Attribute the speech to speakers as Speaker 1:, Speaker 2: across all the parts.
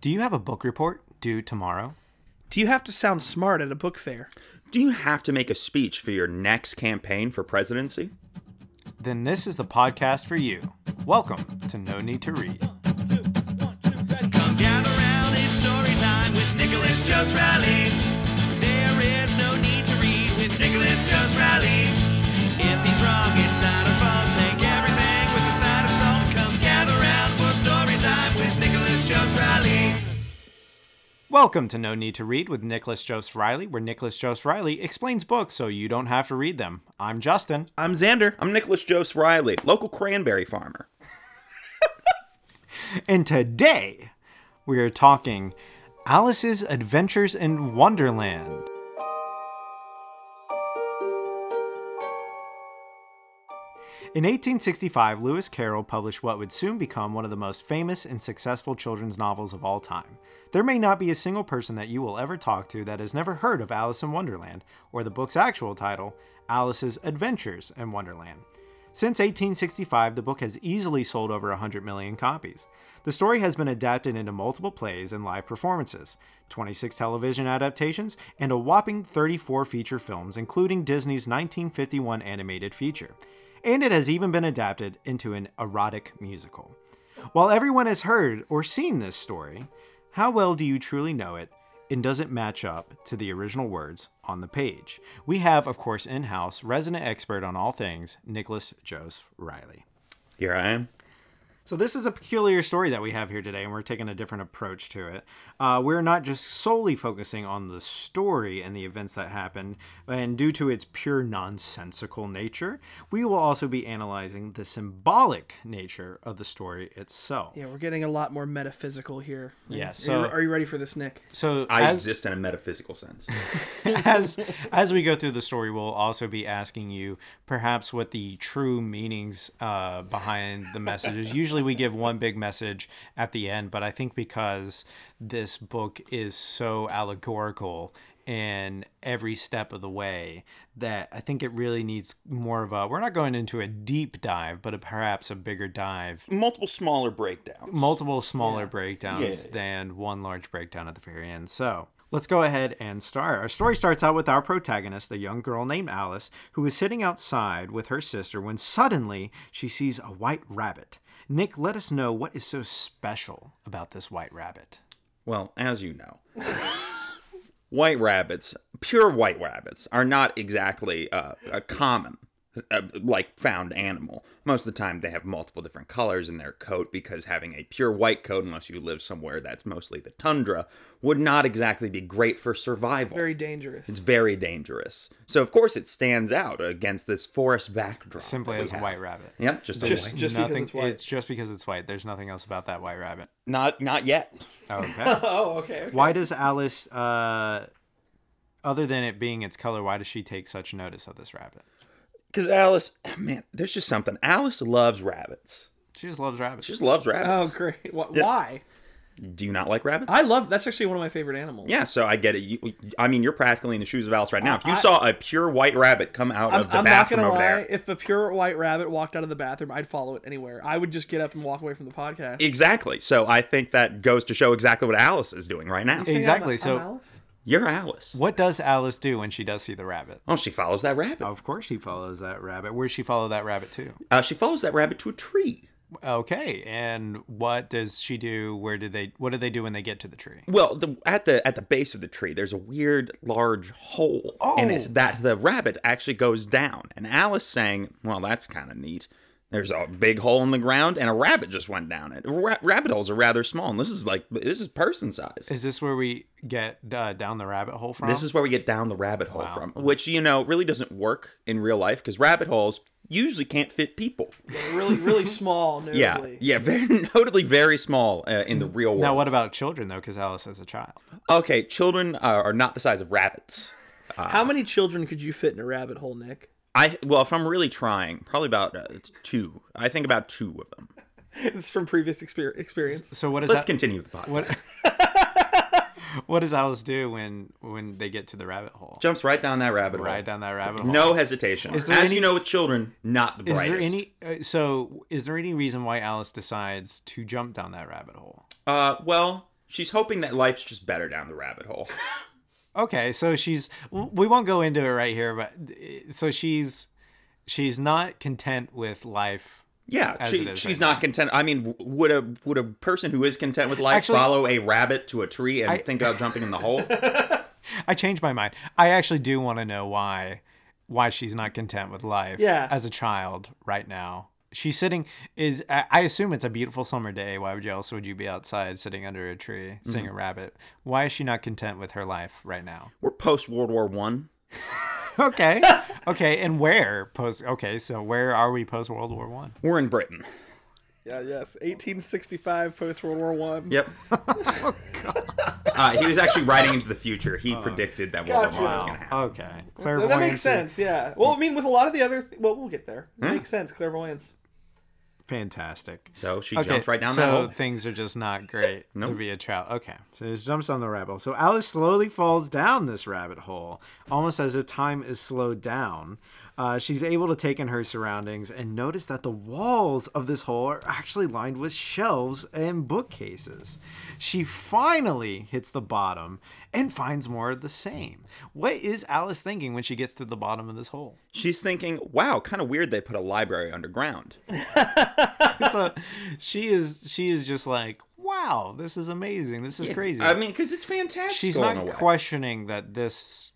Speaker 1: Do you have a book report due tomorrow?
Speaker 2: Do you have to sound smart at a book fair?
Speaker 3: Do you have to make a speech for your next campaign for presidency?
Speaker 1: Then this is the podcast for you. Welcome to No Need to Read.
Speaker 4: Come gather round, it's story time with Nicholas Just Rally. There is no need to read with Nicholas Just Rally. If he's wrong, it's not a fault. Take everything with a side of salt. Come gather round for story time with Nicholas Just Rally.
Speaker 1: Welcome to No Need to Read with Nicholas Joseph Riley, where Nicholas Joseph Riley explains books so you don't have to read them. I'm Justin.
Speaker 2: I'm Xander.
Speaker 3: I'm Nicholas Joseph Riley, local cranberry farmer.
Speaker 1: And today we are talking Alice's Adventures in Wonderland. In 1865, Lewis Carroll published what would soon become one of the most famous and successful children's novels of all time. There may not be a single person that you will ever talk to that has never heard of Alice in Wonderland, or the book's actual title, Alice's Adventures in Wonderland. Since 1865, the book has easily sold over 100 million copies. The story has been adapted into multiple plays and live performances, 26 television adaptations, and a whopping 34 feature films, including Disney's 1951 animated feature. And it has even been adapted into an erotic musical. While everyone has heard or seen this story, how well do you truly know it, and does it match up to the original words on the page? We have, of course, in house resident expert on all things, Nicholas Joseph Riley.
Speaker 3: Here I am.
Speaker 1: So this is a peculiar story that we have here today, and we're taking a different approach to it. Uh, we're not just solely focusing on the story and the events that happened, and due to its pure nonsensical nature, we will also be analyzing the symbolic nature of the story itself.
Speaker 2: Yeah, we're getting a lot more metaphysical here.
Speaker 1: Yeah,
Speaker 2: are,
Speaker 1: so-
Speaker 2: you, are you ready for this, Nick?
Speaker 1: So
Speaker 3: I
Speaker 1: as-
Speaker 3: exist in a metaphysical sense.
Speaker 1: as as we go through the story, we'll also be asking you perhaps what the true meanings uh, behind the messages. Usually, we give one big message at the end, but I think because this book is so allegorical in every step of the way that I think it really needs more of a. We're not going into a deep dive, but a, perhaps a bigger dive.
Speaker 3: Multiple smaller breakdowns.
Speaker 1: Multiple smaller breakdowns
Speaker 3: Yeah.
Speaker 1: than one large breakdown at the very end. So let's go ahead and start. Our story starts out with our protagonist, a young girl named Alice, who is sitting outside with her sister when suddenly she sees a white rabbit. Nick, let us know what is so special about this white rabbit.
Speaker 3: Well, as you know, white rabbits, pure white rabbits, are not exactly uh, a common, uh, like found animal. Most of the time, they have multiple different colors in their coat because having a pure white coat, unless you live somewhere that's mostly the tundra, would not exactly be great for survival.
Speaker 2: Very dangerous.
Speaker 3: it's very dangerous. So, of course, it stands out against this forest backdrop.
Speaker 1: Simply
Speaker 3: that we
Speaker 1: as a
Speaker 3: have.
Speaker 1: white rabbit.
Speaker 3: Yep, just, a
Speaker 2: Just-
Speaker 3: white.
Speaker 2: just- because
Speaker 1: nothing,
Speaker 2: it's white.
Speaker 1: just because it's white. There's nothing else about that white rabbit.
Speaker 3: Not, not yet.
Speaker 1: Okay.
Speaker 2: oh, okay. okay.
Speaker 1: why does Alice, uh, other than it being its color, why does she take such notice of this rabbit?
Speaker 3: Because Alice, man, there's just something. Alice loves rabbits.
Speaker 1: She just loves rabbits.
Speaker 3: She just loves
Speaker 2: Oh,
Speaker 3: rabbits.
Speaker 2: great. Wh- Why?
Speaker 3: Do you not like rabbits?
Speaker 2: I love. That's actually one of my favorite animals.
Speaker 3: Yeah, so I get it. You, I mean, you're practically in the shoes of Alice right now. If you saw a pure white rabbit come out
Speaker 2: I'm,
Speaker 3: of the
Speaker 2: I'm not
Speaker 3: bathroom
Speaker 2: gonna
Speaker 3: over
Speaker 2: lie.
Speaker 3: there,
Speaker 2: If a pure white rabbit walked out of the bathroom, I'd follow it anywhere. I would just get up and walk away from the
Speaker 3: E-
Speaker 2: podcast.
Speaker 3: exactly. So I think that goes to show exactly what Alice is doing right now.
Speaker 2: You think
Speaker 1: Exactly,
Speaker 2: I'm-
Speaker 1: so-
Speaker 2: I'm Alice?
Speaker 3: You're Alice.
Speaker 1: What does Alice do when she does see the rabbit?
Speaker 3: Oh, she follows that rabbit.
Speaker 1: Of course, she follows that rabbit. Where does she follow that rabbit to?
Speaker 3: Uh, she follows that rabbit to a tree.
Speaker 1: Okay, and what does she do? Where do they? What do they do when they get to the tree?
Speaker 3: Well, the, at the at the base of the tree, there's a weird large hole in
Speaker 1: Oh.
Speaker 3: it that the rabbit actually goes down. And Alice saying, "Well, that's kind of neat." There's a big hole in the ground, and a rabbit just went down it. Ra- rabbit holes are rather small, and this is like this is person size.
Speaker 1: Is this where we get uh, down the rabbit hole from?
Speaker 3: This is where we get down the rabbit hole from, which you know really doesn't work in real life because rabbit holes usually can't fit people.
Speaker 2: Really, really small.
Speaker 3: Yeah,
Speaker 2: Notably.
Speaker 3: yeah, very notably very small uh, in the real world.
Speaker 1: Hmm. now. What about children though? Because Alice is a child.
Speaker 3: Okay, children uh, are, are not the size of rabbits.
Speaker 2: How many children could you fit in a rabbit hole, Nick?
Speaker 3: I well, if I'm really trying, probably about uh, two. I think about two of them.
Speaker 2: This is from previous exper- experience.
Speaker 1: So what does
Speaker 3: Let's
Speaker 1: that?
Speaker 3: continue with the podcast.
Speaker 1: What, what does Alice do when when they get to the rabbit hole?
Speaker 3: Jumps right down that rabbit hole.
Speaker 1: Right down that rabbit hole.
Speaker 3: No hesitation.
Speaker 1: Is
Speaker 3: As
Speaker 1: there any-
Speaker 3: you know, with children, not the
Speaker 1: Is
Speaker 3: brightest.
Speaker 1: there any? Uh, so is there any reason why Alice decides to jump down that rabbit hole?
Speaker 3: Uh, well, She's hoping that life's just better down the rabbit hole.
Speaker 1: Okay, so she's we won't go into it right here, but uh, so she's she's not content with life.
Speaker 3: Yeah,
Speaker 1: As it
Speaker 3: she,
Speaker 1: is
Speaker 3: she's
Speaker 1: right
Speaker 3: not content. I mean, w- would a would a person who is content with life
Speaker 1: Actually-
Speaker 3: follow a rabbit to a tree and
Speaker 1: I-
Speaker 3: think about jumping in the hole?
Speaker 1: I changed my mind. I actually do want to know why why she's not content with life
Speaker 2: Yeah.
Speaker 1: as a child right now. She's sitting is I I assume it's a beautiful summer day. Why would you else would you be outside sitting under a tree seeing a rabbit? Why is she not content with her life right now?
Speaker 3: We're post World War One.
Speaker 1: Okay. okay, and where post Okay, so where are we post World War 1?
Speaker 3: We're in Britain.
Speaker 2: Yeah, yes. 1865, post World War One.
Speaker 3: Yep.
Speaker 1: Oh,
Speaker 3: uh, he was actually writing into the future. He
Speaker 1: Uh,
Speaker 3: predicted that World
Speaker 2: Gotcha.
Speaker 3: War One was going to happen.
Speaker 1: Okay.
Speaker 2: So that makes sense. Yeah. Well, I mean, with a lot of the other, th- well, we'll get there. It Makes sense. Clairvoyance.
Speaker 1: Fantastic.
Speaker 3: So she jumps right down
Speaker 1: so
Speaker 3: that hole.
Speaker 1: things are just not great to
Speaker 3: Nope.
Speaker 1: be a trout. Okay, so it jumps on the rabbit hole. So Alice slowly falls down this rabbit hole, almost as if time is slowed down. Uh, she's able to take in her surroundings and notice that the walls of this hole are actually lined with shelves and bookcases. She finally hits the bottom and finds more of the same. What is Alice thinking when she gets to the bottom of this hole?
Speaker 3: She's thinking, "Wow, kind of weird they put a library underground."
Speaker 1: so she is she is just like wow this is amazing this is crazy
Speaker 3: I mean, because it's fantastic.
Speaker 1: she's
Speaker 3: in
Speaker 1: not
Speaker 3: a way.
Speaker 1: questioning that this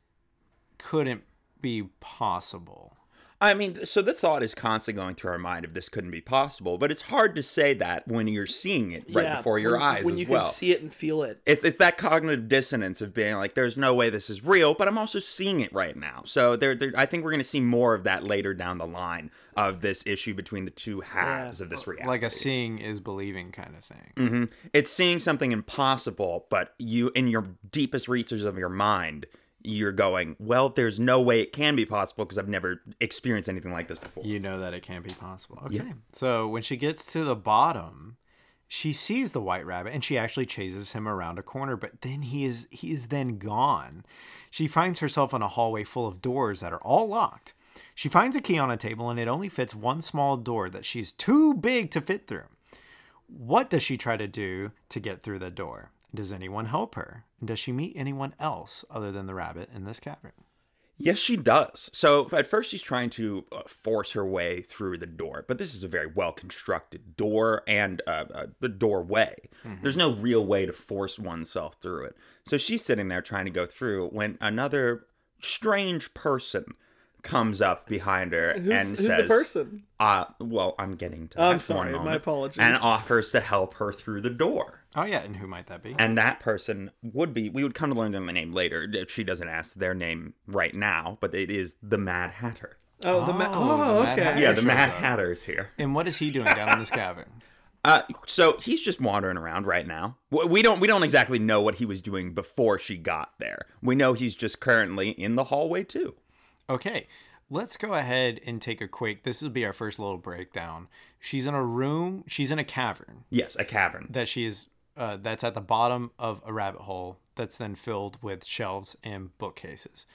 Speaker 1: couldn't be possible
Speaker 3: I mean, so the thought is constantly going through our mind of this couldn't be possible, but it's hard to say that when you're seeing it right before your
Speaker 2: when,
Speaker 3: eyes
Speaker 2: When
Speaker 3: as
Speaker 2: you
Speaker 3: well.
Speaker 2: can see it and feel it.
Speaker 3: it's it's that cognitive dissonance of being like, "There's no way this is real," but I'm also seeing it right now. So there, there I think we're going to see more of that later down the line of this issue between the two halves of this reality.
Speaker 1: like a seeing is believing kind of thing
Speaker 3: Mm-hmm. it's seeing something impossible, but you, in your deepest reaches of your mind, you're going, "Well, there's no way it can be possible because I've never experienced anything like this before."
Speaker 1: you know that it can't be possible okay so when she gets to the bottom she sees the white rabbit and she actually chases him around a corner but then he is he is then gone she finds herself in a hallway full of doors that are all locked she finds a key on a table and it only fits one small door that she's too big to fit through what does she try to do to get through the door does anyone help her and does she meet anyone else other than the rabbit in this cavern
Speaker 3: Yes, she does. So at first, she's trying to uh, force her way through the door, but this is a very well constructed door and uh, uh, the doorway.
Speaker 2: Mm-hmm.
Speaker 3: There's no real way to force oneself through it. So she's sitting there trying to go through when another strange person comes up behind her
Speaker 2: Who's,
Speaker 3: and
Speaker 2: who's
Speaker 3: says,
Speaker 2: the person?
Speaker 3: Uh, well, I'm getting to that
Speaker 2: I'm
Speaker 3: for a
Speaker 2: sorry, my
Speaker 3: moment,"
Speaker 2: apologies.
Speaker 3: And offers to help her through the door.
Speaker 1: oh yeah and who might that be
Speaker 3: And that person would be, we would come to learn their name later. She doesn't ask their name right now, but it is the Mad Hatter.
Speaker 2: Oh, the ma-
Speaker 1: Oh,
Speaker 2: Oh,
Speaker 1: the Mad
Speaker 2: okay.
Speaker 1: Hatter.
Speaker 3: Yeah, the
Speaker 1: shows
Speaker 3: Mad
Speaker 1: up.
Speaker 3: Hatter is here.
Speaker 1: and what is he doing down in this cavern
Speaker 3: Uh, so he's just wandering around right now. W- We don't we don't exactly know what he was doing before she got there. We know he's just currently in the hallway too.
Speaker 1: Okay, let's go ahead and take a quick. This will be our first little breakdown. She's in a room. She's in a cavern
Speaker 3: Yes, a cavern.
Speaker 1: that she is. Uh, that's at the bottom of a rabbit hole that's then filled with shelves and bookcases,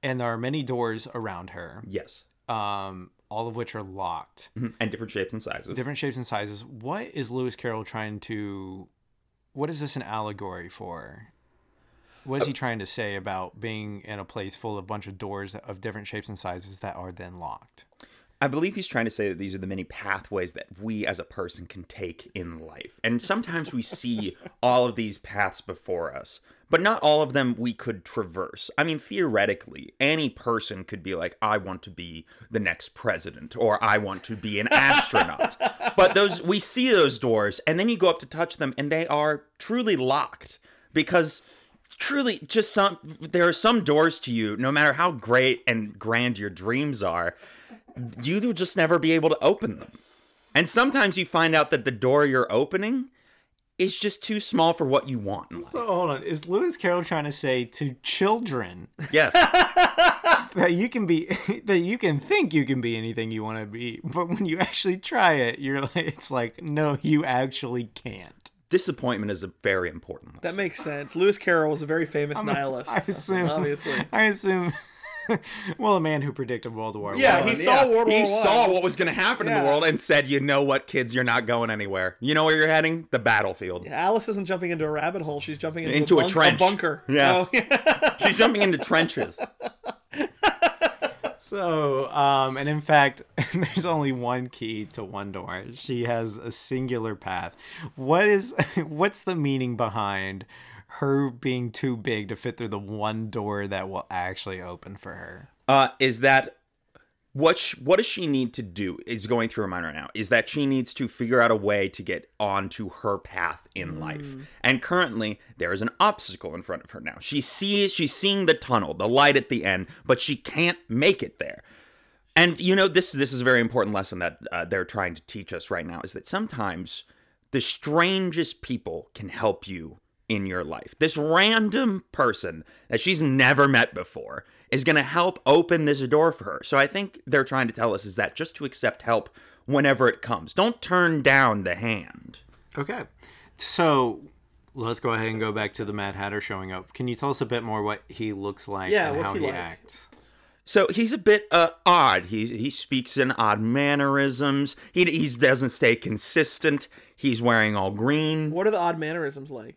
Speaker 1: and there are many doors around her,
Speaker 3: Yes,
Speaker 1: um, all of which are locked,
Speaker 3: Mhm. and different shapes and sizes.
Speaker 1: different shapes and sizes. What is Lewis Carroll trying to? What is this an allegory for? What is he trying to say about being in a place full of a bunch of doors of different shapes and sizes that are then locked?
Speaker 3: I believe he's trying to say that these are the many pathways that we as a person can take in life. And sometimes we see all of these paths before us, but not all of them we could traverse. I mean, theoretically, any person could be like, I want to be the next president or I want to be an astronaut. but those we see those doors and then you go up to touch them and they are truly locked because truly just some there are some doors to you no matter how great and grand your dreams are you will just never be able to open them. And sometimes you find out that the door you're opening is just too small for what you want. in life.
Speaker 1: So hold on, is Lewis Carroll trying to say to children
Speaker 3: Yes.
Speaker 1: that you can be that you can think you can be anything you want to be, but when you actually try it, you're like it's like no, you actually can't.
Speaker 3: Disappointment is a very important lesson.
Speaker 2: That makes sense. Lewis Carroll was a very famous nihilist.
Speaker 1: I assume.
Speaker 2: Obviously.
Speaker 1: I assume well, a man who predicted World War
Speaker 3: Yeah,
Speaker 1: One.
Speaker 3: he
Speaker 2: yeah.
Speaker 3: saw World War He
Speaker 2: One.
Speaker 3: saw what was going to happen in
Speaker 2: Yeah.
Speaker 3: the world and said, "You know what, kids, you're not going anywhere. You know where you're heading? The battlefield.
Speaker 2: Alice isn't jumping into a rabbit hole. She's jumping into,
Speaker 3: Into a
Speaker 2: a, bunk-
Speaker 3: trench.
Speaker 2: bunker.
Speaker 3: Yeah.
Speaker 2: Oh,
Speaker 3: She's jumping into trenches."
Speaker 1: So, um, and in fact, there's only one key to one door. She has a singular path. What is, what's the meaning behind her being too big to fit through the one door that will actually open for her?
Speaker 3: uh, is that what sh what does she need to do is going through her mind right now is that she needs to figure out a way to get onto her path in life and currently there is an obstacle in front of her now she sees she's seeing the tunnel the light at the end but she can't make it there and you know this this is a very important lesson that uh, they're trying to teach us right now is that sometimes the strangest people can help you in your life. This random person that she's never met before is going to help open this door for her. So I think they're trying to tell us is that just to accept help whenever it comes. Don't turn down the hand.
Speaker 1: Okay. So let's go ahead and go back to the Mad Hatter showing up. Can you tell us a bit more what he looks like
Speaker 2: Yeah,
Speaker 1: and
Speaker 2: what's
Speaker 1: how
Speaker 2: he
Speaker 1: he
Speaker 2: like?
Speaker 1: acts?
Speaker 3: So he's a bit uh, odd. He he speaks in odd mannerisms. He he doesn't stay consistent. He's wearing all green.
Speaker 2: What are the odd mannerisms like?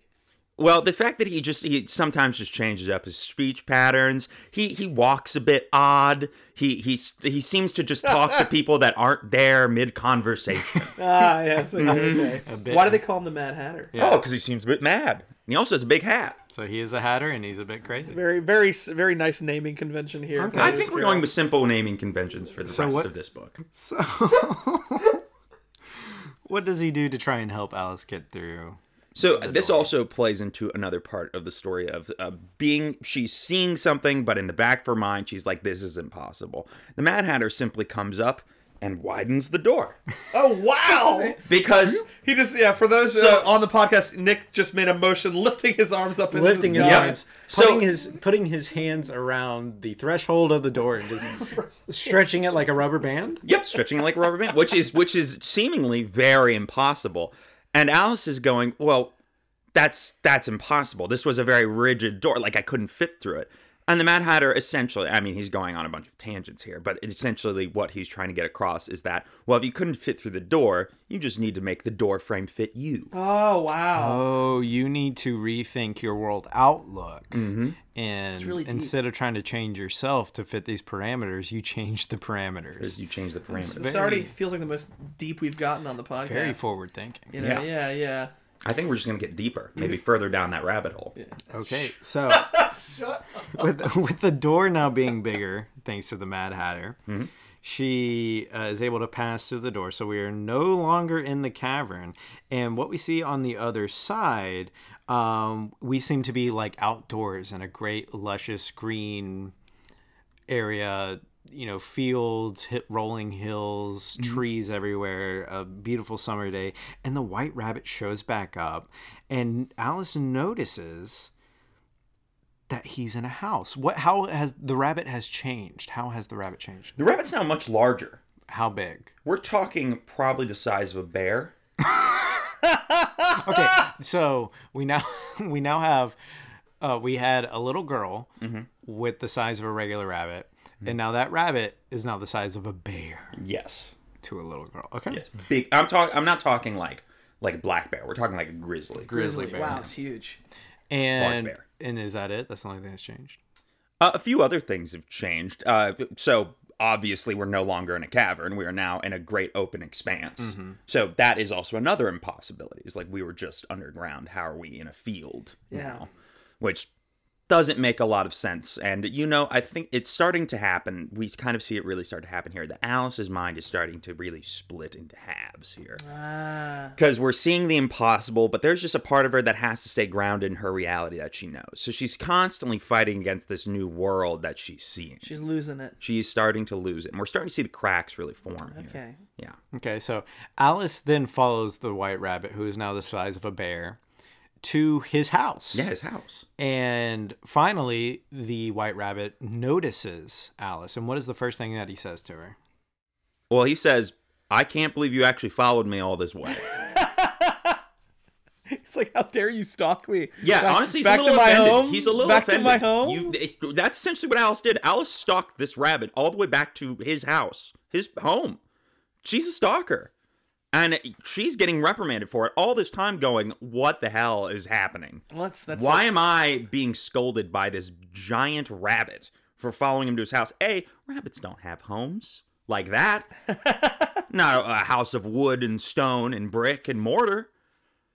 Speaker 3: Well, the fact that he just he sometimes just changes up his speech patterns. He he walks a bit odd. He he he seems to just talk to people that aren't there mid conversation.
Speaker 2: Ah, yeah. It's like,
Speaker 3: Mm-hmm.
Speaker 2: okay.
Speaker 1: bit.
Speaker 2: Why do they call him the Mad Hatter?
Speaker 3: Oh, because he seems a bit mad. And he also has a big hat.
Speaker 1: So he is a hatter and he's a bit crazy.
Speaker 2: Very, very, s- very nice naming convention here.
Speaker 1: Okay.
Speaker 3: I think we're going with simple naming conventions for the rest
Speaker 1: what-
Speaker 3: of this book.
Speaker 1: So, what does he do to try and help Alice get through?
Speaker 3: So this also plays into another part of the story of uh, being she's seeing something, but in the back of her mind, she's like, "This is impossible." The Mad Hatter simply comes up and widens the door
Speaker 2: Oh wow!
Speaker 3: because.
Speaker 2: He just yeah. For those uh,
Speaker 3: So-
Speaker 2: on the podcast, Nick just made a motion lifting his arms up, into
Speaker 1: lifting
Speaker 2: the
Speaker 1: his
Speaker 2: sky.
Speaker 3: Yep.
Speaker 1: arms,
Speaker 3: So-
Speaker 1: putting his putting his hands around the threshold of the door and just stretching it like a rubber band.
Speaker 3: Yep, stretching like a rubber band, which is which is seemingly very impossible. And Alice is going, "Well, that's that's impossible. This was a very rigid door. Like I couldn't fit through it." And the Mad Hatter essentially, I mean, he's going on a bunch of tangents here, but essentially what he's trying to get across is that, well, if you couldn't fit through the door, you just need to make the door frame fit you.
Speaker 2: Oh wow!
Speaker 1: Oh, you need to rethink your world outlook. And
Speaker 2: really deep.
Speaker 1: instead of trying to change yourself to fit these parameters, you change the parameters.
Speaker 3: You change the parameters.
Speaker 2: this already feels like the most deep we've gotten on the podcast.
Speaker 1: Oh, Very forward thinking.
Speaker 2: You know,
Speaker 3: Yeah.
Speaker 2: yeah, yeah.
Speaker 3: I think we're just going to get deeper, maybe further down that rabbit hole.
Speaker 1: Okay, so with with the door now being bigger, thanks to the Mad Hatter, she uh, is able to pass through the door. So we are no longer in the cavern, and what we see on the other side, um, we seem to be like outdoors in a great luscious green area. You know, fields, hit rolling hills, trees everywhere, a beautiful summer day. And the white rabbit shows back up, and Alice notices that he's in a house. What? How has the rabbit has changed? How has the rabbit changed?
Speaker 3: The rabbit's now much larger.
Speaker 1: How big?
Speaker 3: We're talking probably the size of a bear.
Speaker 1: Okay, so we now we now have uh, we had a little girl
Speaker 3: Mm-hmm.
Speaker 1: with the size of a regular rabbit, and now that rabbit is now the size of a bear
Speaker 3: Yes.
Speaker 1: to a little girl. Okay,
Speaker 3: Yes, big. I'm talking. I'm not talking like like black bear. We're talking like a grizzly.
Speaker 1: grizzly bear.
Speaker 2: Wow, it's huge.
Speaker 1: And
Speaker 3: bear.
Speaker 1: and is that it? That's the only thing that's changed.
Speaker 3: Uh, a few other things have changed. Uh, so obviously we're no longer in a cavern. We are now in a great open expanse. So that is also another impossibility. It's like we were just underground. How are we in a field now? Which doesn't make a lot of sense. And you know, I think it's starting to happen. We kind of see it really start to happen here. That Alice's mind is starting to really split into halves here. because we're seeing the impossible, but there's just a part of her that has to stay grounded in her reality that she knows. So she's constantly fighting against this new world that she's seeing.
Speaker 2: She's losing it.
Speaker 3: She's starting to lose it, and we're starting to see the cracks really form. Here.
Speaker 2: Okay.
Speaker 3: Yeah.
Speaker 1: Okay, so Alice then follows the white rabbit, who is now the size of a bear, to his house.
Speaker 3: Yeah, his house.
Speaker 1: And finally, the white rabbit notices Alice. And what is the first thing that he says to her?
Speaker 3: Well, he says, "I can't believe you actually followed me all this way."
Speaker 2: It's like, how dare you stalk me?
Speaker 3: Yeah,
Speaker 2: Back-
Speaker 3: honestly, he's
Speaker 2: back
Speaker 3: a little
Speaker 2: to my
Speaker 3: offended.
Speaker 2: home.
Speaker 3: He's a little
Speaker 2: back
Speaker 3: offended.
Speaker 2: to my home.
Speaker 3: You- it- that's essentially what Alice did. Alice stalked this rabbit all the way back to his house, his home. She's a stalker, and she's getting reprimanded for it all this time. Going, what the hell is happening?
Speaker 2: What's that's
Speaker 3: Why am I being scolded by this giant rabbit for following him to his house? A, rabbits don't have homes like that. Not a, a house of wood and stone and brick and mortar.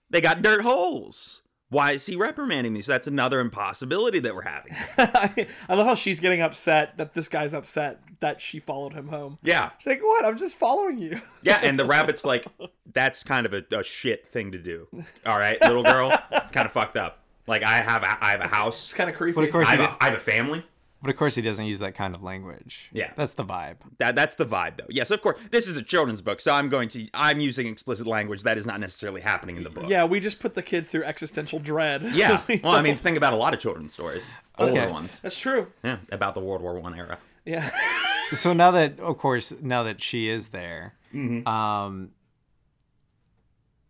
Speaker 3: They got dirt holes. Why is he reprimanding me? So that's another impossibility that we're having.
Speaker 2: I, I love how she's getting upset that this guy's upset that she followed him home.
Speaker 3: Yeah.
Speaker 2: She's like, what? I'm just following you.
Speaker 3: Yeah, and the rabbit's like, that's kind of a, a shit thing to do. All right, little girl, it's kind of fucked up. Like I have a, I have a house.
Speaker 2: It's kind of creepy.
Speaker 1: But of course,
Speaker 3: I
Speaker 1: he
Speaker 3: have
Speaker 1: did,
Speaker 3: a, I have a family.
Speaker 1: but of course, he doesn't use that kind of language.
Speaker 3: Yeah.
Speaker 1: that's the vibe.
Speaker 3: That that's the vibe though. Yes, of course. This is a children's book, so I'm going to I'm using explicit language that is not necessarily happening in the book.
Speaker 2: yeah, we just put the kids through existential dread.
Speaker 3: Yeah. Well, I mean, think about a lot of children's stories, older
Speaker 1: Okay.
Speaker 3: ones,
Speaker 2: that's true.
Speaker 3: yeah, about the World War One era.
Speaker 2: Yeah.
Speaker 1: So now that, of course, now that she is there,
Speaker 3: Mm-hmm.
Speaker 1: um,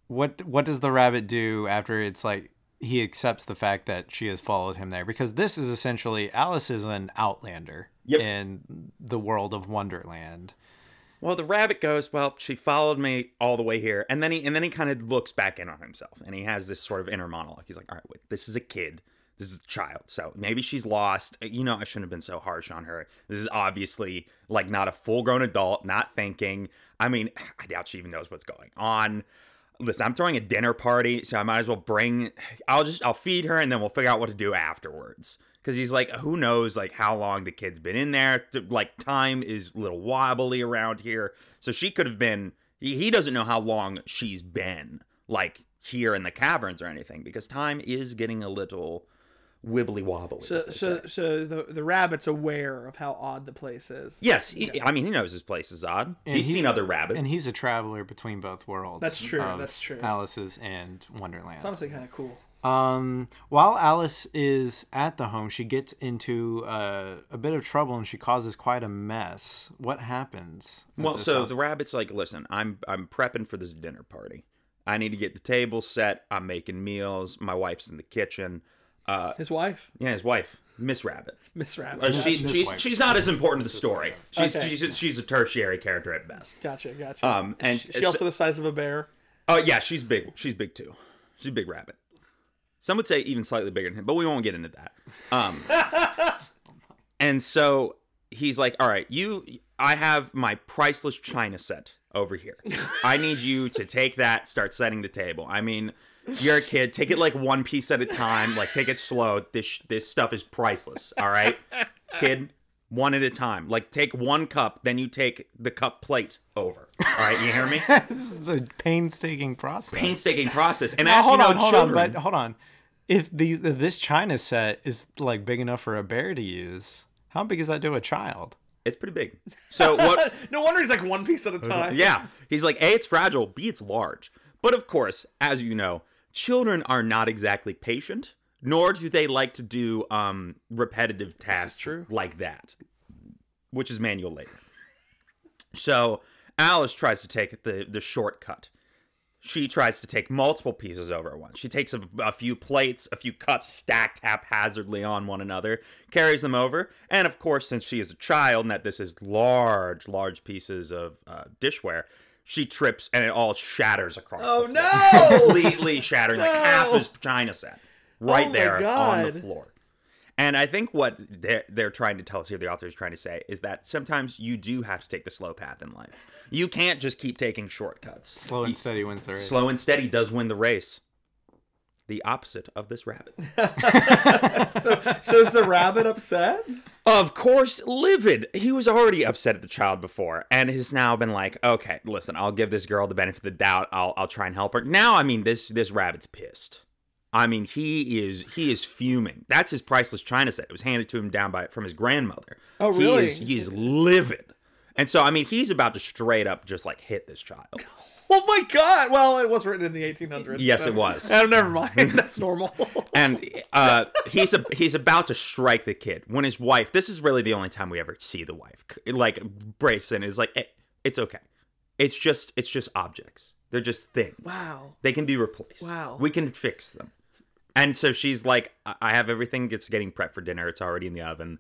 Speaker 1: what what does the rabbit do after it's like he accepts the fact that she has followed him there? Because this is essentially Alice is an outlander
Speaker 3: Yep.
Speaker 1: in the world of Wonderland.
Speaker 3: Well, the rabbit goes, "Well, she followed me all the way here," and then he and then he kind of looks back in on himself, and he has this sort of inner monologue. He's like, "All right, wait, this is a kid, this is a child, so maybe she's lost. You know, I shouldn't have been so harsh on her. This is obviously like not a full-grown adult, not thinking. I mean, I doubt she even knows what's going on." Listen, I'm throwing a dinner party, so I might as well bring. I'll just I'll feed her, and then we'll figure out what to do afterwards. Because he's like, who knows, like how long the kid's been in there? Th- Like time is a little wobbly around here, so she could have been. He he doesn't know how long she's been like here in the caverns or anything, because time is getting a little wibbly wobbly.
Speaker 2: So, so, so the the rabbit's aware of how odd the place is.
Speaker 3: yes, he- I mean he knows his place is odd.
Speaker 1: And
Speaker 3: he's
Speaker 1: he's-
Speaker 3: seen other rabbits.
Speaker 1: And he's a traveler between both worlds.
Speaker 2: That's true,
Speaker 1: of
Speaker 2: that's true.
Speaker 1: Alice's and Wonderland.
Speaker 2: It's honestly kind of cool.
Speaker 1: Um, while Alice is at the home, she gets into uh, a bit of trouble and she causes quite a mess. What happens? at
Speaker 3: Well,
Speaker 1: this
Speaker 3: so
Speaker 1: house?
Speaker 3: the rabbit's like, listen, I'm I'm prepping for this dinner party. I need to get the table set. I'm making meals. My wife's in the kitchen. Uh,
Speaker 2: His wife,
Speaker 3: yeah, his wife, Miss Rabbit.
Speaker 2: Miss Rabbit.
Speaker 3: Uh, she,
Speaker 1: Miss
Speaker 3: she's
Speaker 1: Wife.
Speaker 3: she's not as important to the story. She's
Speaker 2: Okay.
Speaker 3: she's she's a tertiary character at best.
Speaker 2: gotcha, gotcha.
Speaker 3: Um, and
Speaker 2: she, she also the size of a bear.
Speaker 3: Oh yeah, she's big. She's big too. She's a big rabbit. Some would say even slightly bigger than him, but we won't get into that. Um, and so he's like, "All right, you, I have my priceless china set over here. I need you to take that, start setting the table. I mean, you're a kid. Take it like one piece at a time. Like take it slow. This this stuff is priceless. All right, kid." One at a time. Like take one cup, then you take the cup plate over. All right, you hear me?
Speaker 1: this is a painstaking process.
Speaker 3: painstaking process. And
Speaker 1: Now,
Speaker 3: as you
Speaker 1: hold
Speaker 3: know,
Speaker 1: on, hold
Speaker 3: children,
Speaker 1: on, but hold on. If the if this china set is like big enough for a bear to use, how big is that to a child?
Speaker 3: it's pretty big. So what?
Speaker 2: No wonder he's like one piece at a time.
Speaker 3: yeah, he's like, a, it's fragile. B, it's large. But of course, as you know, children are not exactly patient, nor do they like to do um, repetitive tasks
Speaker 2: true.
Speaker 3: like that, which is manual labor. So Alice tries to take the the shortcut. She tries to take multiple pieces over at once. She takes a, a few plates, a few cups stacked haphazardly on one another, carries them over, and of course, since she is a child and that this is large, large pieces of uh, dishware, she trips and it all shatters across.
Speaker 2: Oh
Speaker 3: the floor.
Speaker 2: no!
Speaker 3: Completely shattering like half his china set right
Speaker 2: Oh my
Speaker 3: there on the
Speaker 2: God.
Speaker 3: floor. And I think what they're, they're trying to tell us here, the author is trying to say, is that sometimes you do have to take the slow path in life. You can't just keep taking shortcuts.
Speaker 1: Slow and steady wins the race.
Speaker 3: Slow and steady does win the race. The opposite of this rabbit.
Speaker 2: so, so is the rabbit upset?
Speaker 3: of course, livid. He was already upset at the child before and has now been like, okay, listen, I'll give this girl the benefit of the doubt. I'll, I'll try and help her. Now, I mean, this this rabbit's pissed. I mean, he is he is fuming. That's his priceless china set. It was handed to him down by from his grandmother.
Speaker 2: Oh,
Speaker 3: He
Speaker 2: really?
Speaker 3: is, he is livid. And so, I mean, he's about to straight up just like hit this child.
Speaker 2: Oh my god! Well, it was written in the 1800s.
Speaker 3: Yes,
Speaker 2: so-
Speaker 3: it was.
Speaker 2: Oh, never mind. That's normal.
Speaker 3: and uh, he's a, he's about to strike the kid when his wife. This is really the only time we ever see the wife. Like Brayson is like, "Eh, it's okay. It's just it's just objects. They're just things.
Speaker 2: Wow.
Speaker 3: They can be replaced.
Speaker 2: Wow.
Speaker 3: We can fix them. And so she's like, I I have everything. It's getting prepped for dinner. It's already in the oven.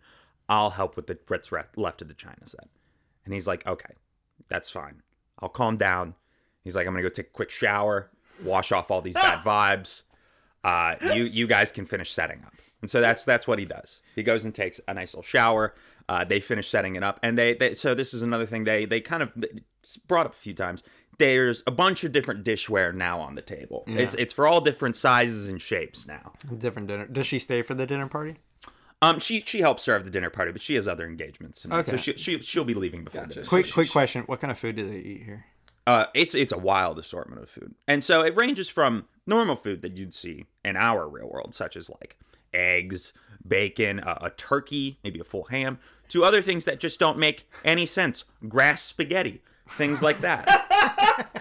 Speaker 3: I'll help with the what's re- left of the china set. And he's like, okay, that's fine. I'll calm down. He's like, I'm gonna go take a quick shower, wash off all these bad vibes. Uh, you you guys can finish setting up. And so that's that's what he does. He goes and takes a nice little shower. Uh, they finish setting it up, and they, they so this is another thing they they kind of it's brought up a few times. There's a bunch of different dishware now on the table. It's it's for all different sizes and shapes now.
Speaker 1: Different dinner. Does she stay for the dinner party?
Speaker 3: Um, she she helps serve the dinner party, but she has other engagements, tonight, so
Speaker 1: Okay.
Speaker 3: she, she she'll be leaving before
Speaker 2: Gotcha.
Speaker 3: dinner.
Speaker 1: Quick, quick question. What kind of food do they eat here?
Speaker 3: Uh, it's it's a wild assortment of food, and so it ranges from normal food that you'd see in our real world, such as like eggs, bacon, a, a turkey, maybe a full ham, to other things that just don't make any sense. Grass spaghetti, things like that.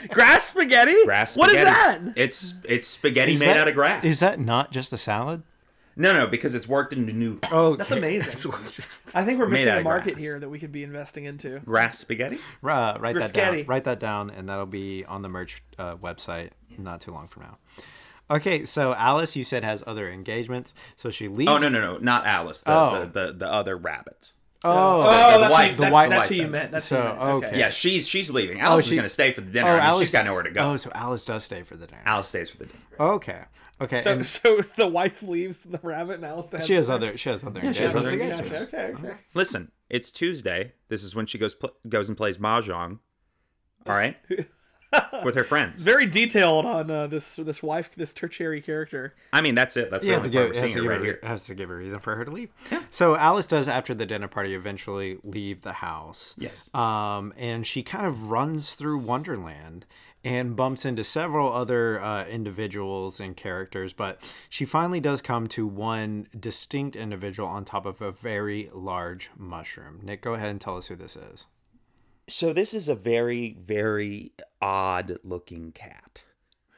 Speaker 2: Grass spaghetti?
Speaker 3: grass.
Speaker 2: What is
Speaker 3: spaghetti.
Speaker 2: that?
Speaker 3: It's it's spaghetti
Speaker 1: Is
Speaker 3: made
Speaker 1: that-
Speaker 3: out of grass.
Speaker 1: Is that not just a salad?
Speaker 3: no, no, because it's worked into new
Speaker 1: Oh,
Speaker 2: That's amazing. I think we're missing
Speaker 3: out
Speaker 2: a
Speaker 3: of
Speaker 2: market
Speaker 3: grass.
Speaker 2: here that we could be investing into.
Speaker 3: grass spaghetti.
Speaker 1: Uh, write that down.
Speaker 2: Bruschetti.
Speaker 1: Write that down, and that'll be on the merch uh, website not too long from now. Okay, so Alice, you said has other engagements, so she leaves.
Speaker 3: Oh no, no, no, not Alice. The
Speaker 1: Oh.
Speaker 3: the, the, the other rabbit.
Speaker 1: Oh,
Speaker 2: Oh, that's,
Speaker 3: white-
Speaker 2: who,
Speaker 3: the
Speaker 2: that's,
Speaker 1: white
Speaker 2: that's who
Speaker 3: light
Speaker 2: you
Speaker 3: things.
Speaker 2: meant. That's
Speaker 1: So,
Speaker 2: who you meant. Okay.
Speaker 1: okay.
Speaker 3: Yeah, she's she's leaving. Alice
Speaker 1: Oh, she-
Speaker 3: is gonna stay for the dinner.
Speaker 1: Oh,
Speaker 3: I mean,
Speaker 1: Alice
Speaker 3: she's got nowhere to go.
Speaker 1: Oh, so Alice does stay for the dinner.
Speaker 3: Alice stays for the dinner.
Speaker 1: Okay, okay.
Speaker 2: So,
Speaker 1: and
Speaker 2: so the wife leaves the rabbit and Alice.
Speaker 1: she has other. She has other
Speaker 3: has
Speaker 1: engagements.
Speaker 3: other
Speaker 2: Gotcha. Okay. Okay.
Speaker 3: Listen, it's Tuesday. This is when she goes pl- goes and plays mahjong. All right, with her friends.
Speaker 2: Very detailed on uh, this this wife this tertiary character.
Speaker 3: I mean, that's it. That's
Speaker 1: Yeah, to
Speaker 3: the only
Speaker 1: give,
Speaker 3: part
Speaker 1: has,
Speaker 3: we're
Speaker 1: to
Speaker 3: seeing
Speaker 1: give
Speaker 3: her right
Speaker 1: her,
Speaker 3: here.
Speaker 1: has to give a reason for her to leave. So Alice does, after the dinner party, eventually leave the house.
Speaker 3: Yes.
Speaker 1: Um, and she kind of runs through Wonderland and bumps into several other uh, individuals and characters, but she finally does come to one distinct individual on top of a very large mushroom. Nick, go ahead and tell us who this is.
Speaker 3: So this is a very very odd looking cat.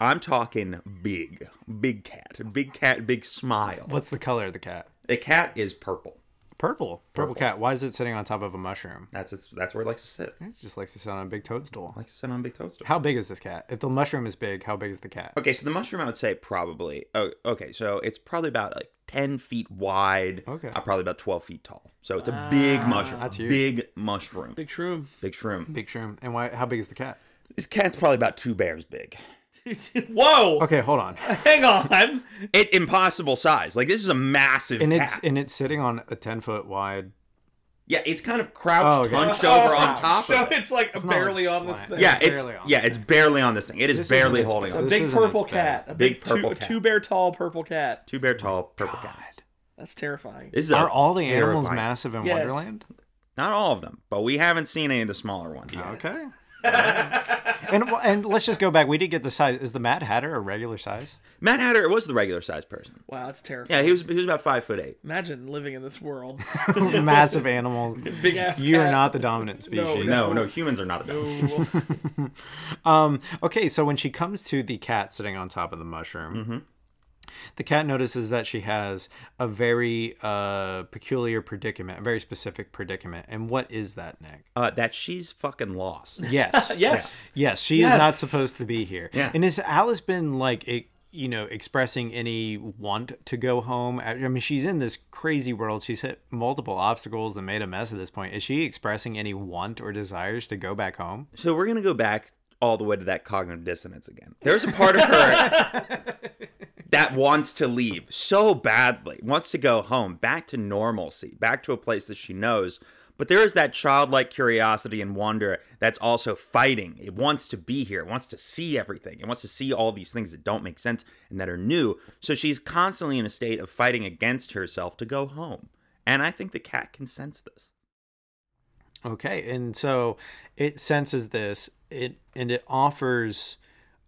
Speaker 3: I'm talking big, big cat, big cat, big smile.
Speaker 1: What's the color of the cat?
Speaker 3: The cat is purple.
Speaker 1: Purple. Purple, cat. Why is it sitting on top of a mushroom?
Speaker 3: That's its, that's where it likes to sit. It
Speaker 1: It just likes to sit on a big toadstool.
Speaker 3: likes to sit on a big toaster.
Speaker 1: How big is this cat? If the mushroom is big, how big is the cat?
Speaker 3: Okay, so the mushroom, I would say probably. Oh, okay, so it's probably about like ten feet wide.
Speaker 1: Okay.
Speaker 3: uh, probably about twelve feet tall. So it's a big mushroom.
Speaker 1: That's huge.
Speaker 3: Big mushroom. Big,
Speaker 2: Big shroom.
Speaker 3: shroom.
Speaker 1: Big shroom. And why? How big is the cat?
Speaker 3: This cat's probably about two bears big.
Speaker 2: Whoa!
Speaker 3: Oh.
Speaker 1: Okay, hold on.
Speaker 2: Hang on.
Speaker 3: It impossible size. Like this is a massive
Speaker 1: And
Speaker 3: cat.
Speaker 1: it's and it's sitting on a ten foot wide.
Speaker 3: yeah, it's kind of
Speaker 1: Oh,
Speaker 3: crouched,
Speaker 1: okay.
Speaker 3: hunched
Speaker 2: Oh,
Speaker 3: over
Speaker 2: wow.
Speaker 3: on top
Speaker 2: So
Speaker 3: of it.
Speaker 2: it's like
Speaker 1: not
Speaker 2: barely
Speaker 1: like
Speaker 2: on this
Speaker 1: splat.
Speaker 2: thing.
Speaker 3: Yeah, it's
Speaker 1: barely on
Speaker 3: yeah, it's barely on this thing. It is
Speaker 1: This isn't
Speaker 3: barely
Speaker 1: its-
Speaker 3: holding
Speaker 1: so
Speaker 3: on.
Speaker 1: this-
Speaker 2: Big
Speaker 1: isn't
Speaker 2: purple
Speaker 1: its bed.
Speaker 2: cat. A
Speaker 3: Big
Speaker 2: big,
Speaker 3: purple
Speaker 2: two,
Speaker 3: cat.
Speaker 2: two bear tall purple cat.
Speaker 3: Two bear tall purple cat.
Speaker 1: God.
Speaker 2: That's terrifying.
Speaker 3: This is
Speaker 1: Are
Speaker 3: a
Speaker 1: all the animals
Speaker 3: terrifying-
Speaker 1: massive in
Speaker 2: Yeah, it's-
Speaker 1: Wonderland?
Speaker 3: Not all of them, but we haven't seen any of the smaller ones yet.
Speaker 1: Okay. and and let's just go back. We did get the size. Is the Mad Hatter a regular size?
Speaker 3: Matt Hatter was the regular sized person.
Speaker 2: Wow, that's terrifying.
Speaker 3: Yeah, he was he was about five foot eight.
Speaker 2: Imagine living in this world.
Speaker 1: Massive animals.
Speaker 2: Big ass.
Speaker 1: You are
Speaker 2: cat.
Speaker 1: not the dominant species.
Speaker 2: No,
Speaker 3: No, no, humans are not the best.
Speaker 2: Ooh.
Speaker 1: Um, okay, so when she comes to the cat sitting on top of the mushroom,
Speaker 2: Mm-hmm.
Speaker 1: the cat notices that she has a very uh, peculiar predicament, a very specific predicament. And what is that, Nick?
Speaker 3: Uh, that she's fucking lost.
Speaker 1: Yes.
Speaker 2: Yes.
Speaker 1: Yes, she is not
Speaker 2: Yes.
Speaker 1: supposed to be here.
Speaker 3: Yeah.
Speaker 1: And has Alice been like, e- you know, expressing any want to go home? I I mean, she's in this crazy world. She's hit multiple obstacles and made a mess at this point. Is she expressing any want or desires to go back home?
Speaker 3: So we're gonna go back all the way to that cognitive dissonance again. There's a part of her that wants to leave so badly, wants to go home, back to normalcy, back to a place that she knows. But there is that childlike curiosity and wonder that's also fighting. It wants to be here. It wants to see everything. It wants to see all these things that don't make sense and that are new. So she's constantly in a state of fighting against herself to go home. And I think the cat can sense this.
Speaker 1: Okay, and so it senses this, it and it offers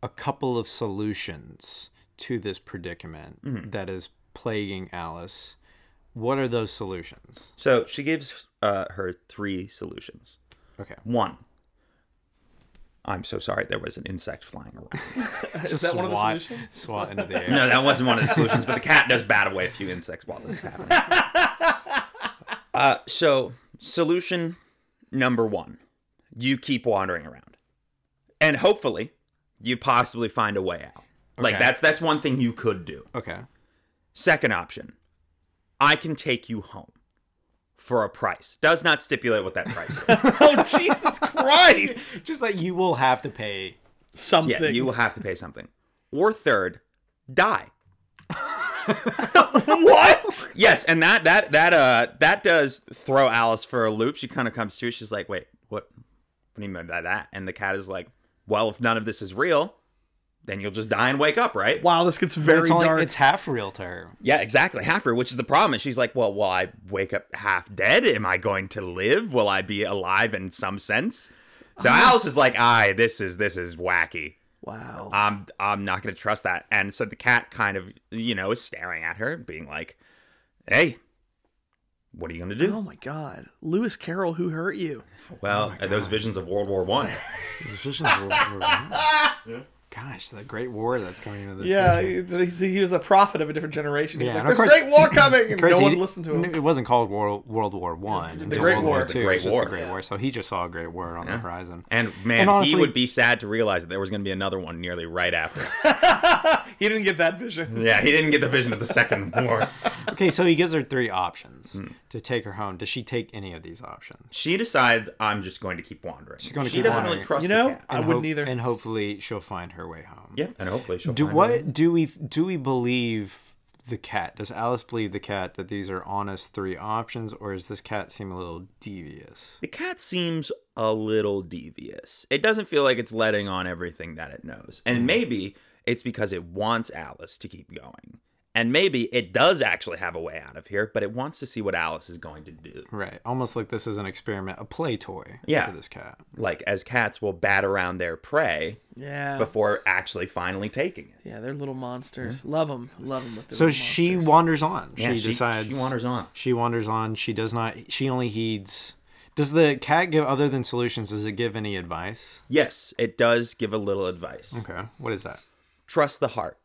Speaker 1: a couple of solutions to this predicament that is plaguing Alice. What are those solutions?
Speaker 3: So she gives uh, her three solutions.
Speaker 1: Okay,
Speaker 3: One. I'm so sorry. There was an insect flying around.
Speaker 1: is
Speaker 2: that one of the
Speaker 1: swat,
Speaker 2: solutions?
Speaker 1: Swat into the air.
Speaker 3: No, that wasn't one of the solutions. But the cat does bat away a few insects while this is happening. Uh, so solution number one: you keep wandering around, and hopefully, you possibly find a way out. Like
Speaker 1: Okay.
Speaker 3: that's that's one thing you could do.
Speaker 1: Okay.
Speaker 3: Second option, I can take you home for a price. Does not stipulate what that price is.
Speaker 2: oh Jesus Christ!
Speaker 1: Just that you will have to pay.
Speaker 2: Something.
Speaker 3: yeah, you will have to pay something. Or third, die.
Speaker 2: what?
Speaker 3: Yes, and that that that uh that does throw Alice for a loop. She kind of comes to. She's like, "Wait, what? What do you mean by that?" And the cat is like, "Well, if none of this is real, then you'll just die and wake up, right?"
Speaker 2: Wow, this gets
Speaker 1: But
Speaker 2: very
Speaker 1: it's only
Speaker 2: dark.
Speaker 1: it's half real to her.
Speaker 3: Yeah, exactly. Half her, which is the problem. And she's like, "Well, will I wake up half dead? Am I going to live? Will I be alive in some sense?" So Alice is like, "Aye, this is this is wacky."
Speaker 2: wow.
Speaker 3: I'm I'm not gonna trust that. And so the cat kind of you know is staring at her, being like, "Hey, what are you gonna
Speaker 2: Oh
Speaker 3: do?"
Speaker 2: my God, Lewis Carroll, who hurt you?
Speaker 1: oh
Speaker 3: well, uh, those visions of World War One.
Speaker 1: These visions were- were- Gosh, the Great War that's coming into this.
Speaker 2: Yeah, he, he he was a prophet of a different generation. He's
Speaker 1: Yeah,
Speaker 2: like,
Speaker 1: and of
Speaker 2: "There's
Speaker 1: course-
Speaker 2: a great war coming," and no
Speaker 1: Crazy-
Speaker 2: one listened to him.
Speaker 1: It wasn't called World World War One. until
Speaker 2: Great
Speaker 1: World
Speaker 2: War.
Speaker 3: The
Speaker 1: Two.
Speaker 3: Great
Speaker 1: It was just
Speaker 3: War.
Speaker 1: the Great War. So he just saw a Great War on the horizon.
Speaker 3: And man,
Speaker 1: honestly-
Speaker 3: he would be sad to realize that there was gonna be another one nearly right after.
Speaker 2: He didn't get that vision.
Speaker 3: yeah, he didn't get the vision of the second war.
Speaker 1: okay, so he gives her three options
Speaker 2: Hmm.
Speaker 1: to take her home. Does she take any of these options?
Speaker 3: She decides I'm just going to keep wandering. She's
Speaker 1: gonna
Speaker 3: she
Speaker 1: keep
Speaker 3: doesn't
Speaker 1: wandering.
Speaker 3: really trust
Speaker 2: You know,
Speaker 3: the cat.
Speaker 2: I
Speaker 1: And
Speaker 2: wouldn't
Speaker 1: hope-
Speaker 2: either.
Speaker 1: And hopefully she'll find her way home.
Speaker 3: Yeah, and hopefully she'll
Speaker 1: Do
Speaker 3: find
Speaker 1: what
Speaker 3: her.
Speaker 1: do we do we believe the cat? Does Alice believe the cat that these are honest three options, or does this cat seem a little devious?
Speaker 3: The cat seems a little devious. It doesn't feel like it's letting on everything that it knows.
Speaker 1: Mm.
Speaker 3: And maybe it's because it wants Alice to keep going. And maybe it does actually have a way out of here, but it wants to see what Alice is going to do.
Speaker 1: Right. Almost like this is an experiment, a play toy
Speaker 3: Yeah. Mm,
Speaker 1: for this cat.
Speaker 3: Like, as cats will bat around their prey
Speaker 2: Yeah.
Speaker 3: before actually finally taking it.
Speaker 2: yeah, they're little monsters.
Speaker 3: Mm-hmm.
Speaker 2: Love 'em. Love 'em. Love them. With their
Speaker 1: So
Speaker 2: little
Speaker 1: she
Speaker 2: monsters.
Speaker 1: wanders on.
Speaker 3: Yeah,
Speaker 1: she, decides
Speaker 3: She wanders on.
Speaker 1: She wanders on. She does not she only heeds does the cat give other than solutions, does it give any advice?
Speaker 3: Yes, it does give a little advice.
Speaker 1: Okay. What is that?
Speaker 3: Trust the heart.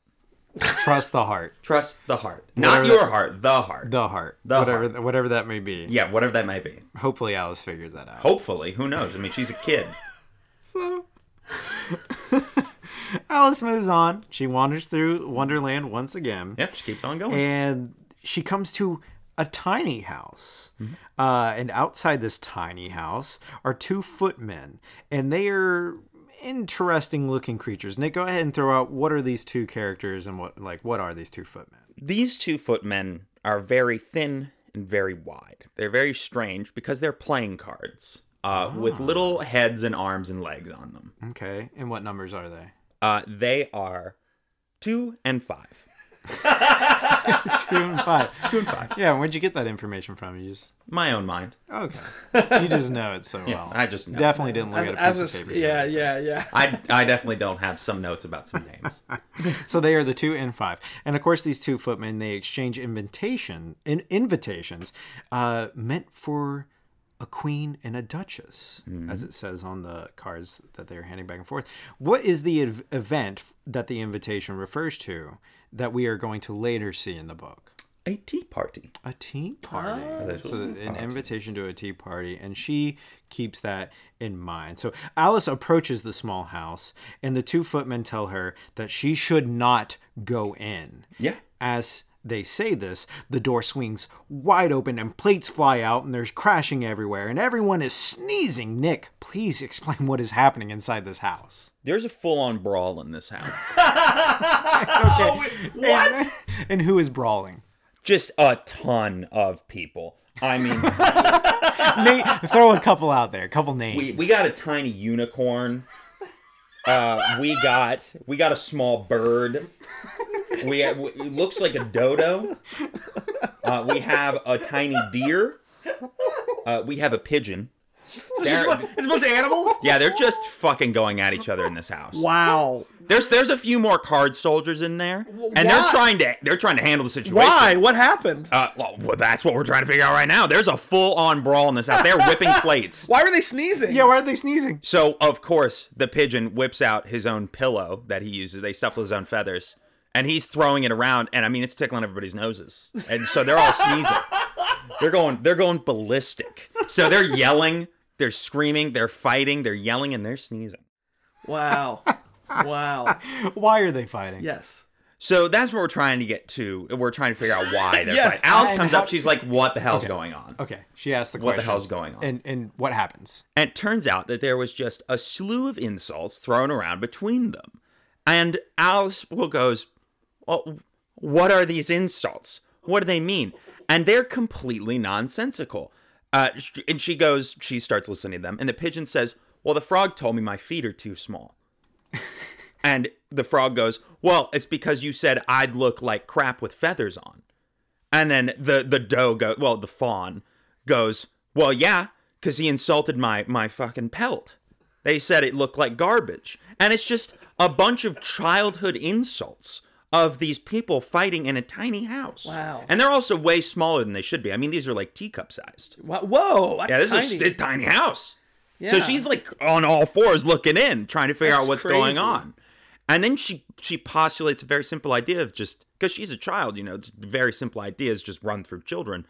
Speaker 1: Trust the heart.
Speaker 3: Trust the heart. Not
Speaker 1: Whatever
Speaker 3: your
Speaker 1: that-
Speaker 3: heart, the heart.
Speaker 1: The heart.
Speaker 3: The
Speaker 1: whatever
Speaker 3: heart.
Speaker 1: whatever that may be.
Speaker 3: yeah, whatever that may be.
Speaker 1: Hopefully Alice figures that out.
Speaker 3: Hopefully, who knows? I mean, she's a kid.
Speaker 1: So Alice moves on. She wanders through Wonderland once again,
Speaker 3: Yep, she keeps on going.
Speaker 1: and she comes to a tiny house. Uh, and outside this tiny house are two footmen, and they are interesting looking creatures. Nick, go ahead and throw out what are these two characters and what like what are these two footmen?
Speaker 3: these two footmen are very thin and very wide. They're very strange because they're playing cards uh, with little heads and arms and legs on them.
Speaker 1: Okay, and what numbers are they?
Speaker 3: Uh, they are two and five.
Speaker 1: Two and five. Two and five. Yeah, where'd you get that information from? You just
Speaker 3: My own mind.
Speaker 1: okay. You just know it so well.
Speaker 3: I just know.
Speaker 1: definitely didn't look
Speaker 2: As,
Speaker 1: at a piece
Speaker 2: as a,
Speaker 1: of
Speaker 2: s-
Speaker 1: paper.
Speaker 2: yeah, yeah, yeah.
Speaker 3: I, I definitely don't have some notes about some names.
Speaker 1: So they are the two and five, and of course these two footmen they exchange invitation in, invitations uh, meant for a queen and a duchess, as it says on the cards that they're handing back and forth. What is the ev- event f- that the invitation refers to that we are going to later see in the book?
Speaker 3: A tea party.
Speaker 1: A tea party.
Speaker 3: there's a
Speaker 1: so
Speaker 3: tea
Speaker 1: an invitation to a tea party, and she keeps that in mind. So Alice approaches the small house, and the two footmen tell her that she should not go in.
Speaker 3: Yeah.
Speaker 1: As they say this, the door swings wide open and plates fly out, and there's crashing everywhere, and everyone is sneezing. Nick, please explain what is happening inside this house.
Speaker 3: There's a full on brawl in this house.
Speaker 1: What? and who is brawling?
Speaker 3: Just a ton of people. I mean,
Speaker 1: Nate, throw a couple out there, a couple names.
Speaker 3: we, we got a tiny unicorn. Uh, we got we got a small bird. We it looks like a dodo. Uh, we have a tiny deer. Uh, we have a pigeon. They're-
Speaker 2: It's a bunch of animals.
Speaker 3: yeah, they're just fucking going at each other in this house.
Speaker 2: Wow.
Speaker 3: There's there's a few more card soldiers in there, and they're
Speaker 2: why?
Speaker 3: trying to they're trying to handle the situation.
Speaker 2: Why? What happened?
Speaker 3: Uh, well, well, that's what we're trying to figure out right now. There's a full on brawl in this house. They're whipping plates.
Speaker 2: Why were they sneezing?
Speaker 1: yeah, why are they sneezing?
Speaker 3: So of course the pigeon whips out his own pillow that he uses. They stuff with his own feathers, and he's throwing it around. And I mean, it's tickling everybody's noses, and so they're all sneezing. They're going, they're going ballistic. So they're yelling, they're screaming, they're fighting, they're yelling, and they're sneezing.
Speaker 2: Wow. Wow.
Speaker 1: Why are they fighting?
Speaker 2: Yes.
Speaker 3: So that's what we're trying to get to. We're trying to figure out why they're
Speaker 2: Yes.
Speaker 3: fighting. Alice
Speaker 1: And
Speaker 3: comes
Speaker 1: how-
Speaker 3: up. She's like, "What the hell's going on?"
Speaker 1: Okay. She asked the
Speaker 3: What the
Speaker 1: question.
Speaker 3: hell's going on?
Speaker 1: And and what happens?
Speaker 3: And it turns out that there was just a slew of insults thrown around between them. And Alice will goes, well, "What are these insults? What do they mean?" And they're completely nonsensical. Uh, sh- and she goes, she starts listening to them, and the pigeon says, "Well, the frog told me my feet are too small." and the frog goes, "Well, it's because you said I'd look like crap with feathers on." And then the the doe go well, the fawn goes, Well, yeah, because he insulted my my fucking pelt. They said it looked like garbage. And it's just a bunch of childhood insults of these people fighting in a tiny house.
Speaker 2: Wow.
Speaker 3: And they're also way smaller than they should be. I mean, these are like teacup sized.
Speaker 2: Wow. Whoa. That's
Speaker 3: Yeah, this
Speaker 2: tiny.
Speaker 3: is a st- tiny house. So
Speaker 2: Yeah.
Speaker 3: she's like on all fours looking in, trying to figure out
Speaker 2: That's
Speaker 3: what's
Speaker 2: crazy.
Speaker 3: going on. And then she she postulates a very simple idea of just because she's a child, you know, it's very simple ideas just run through children.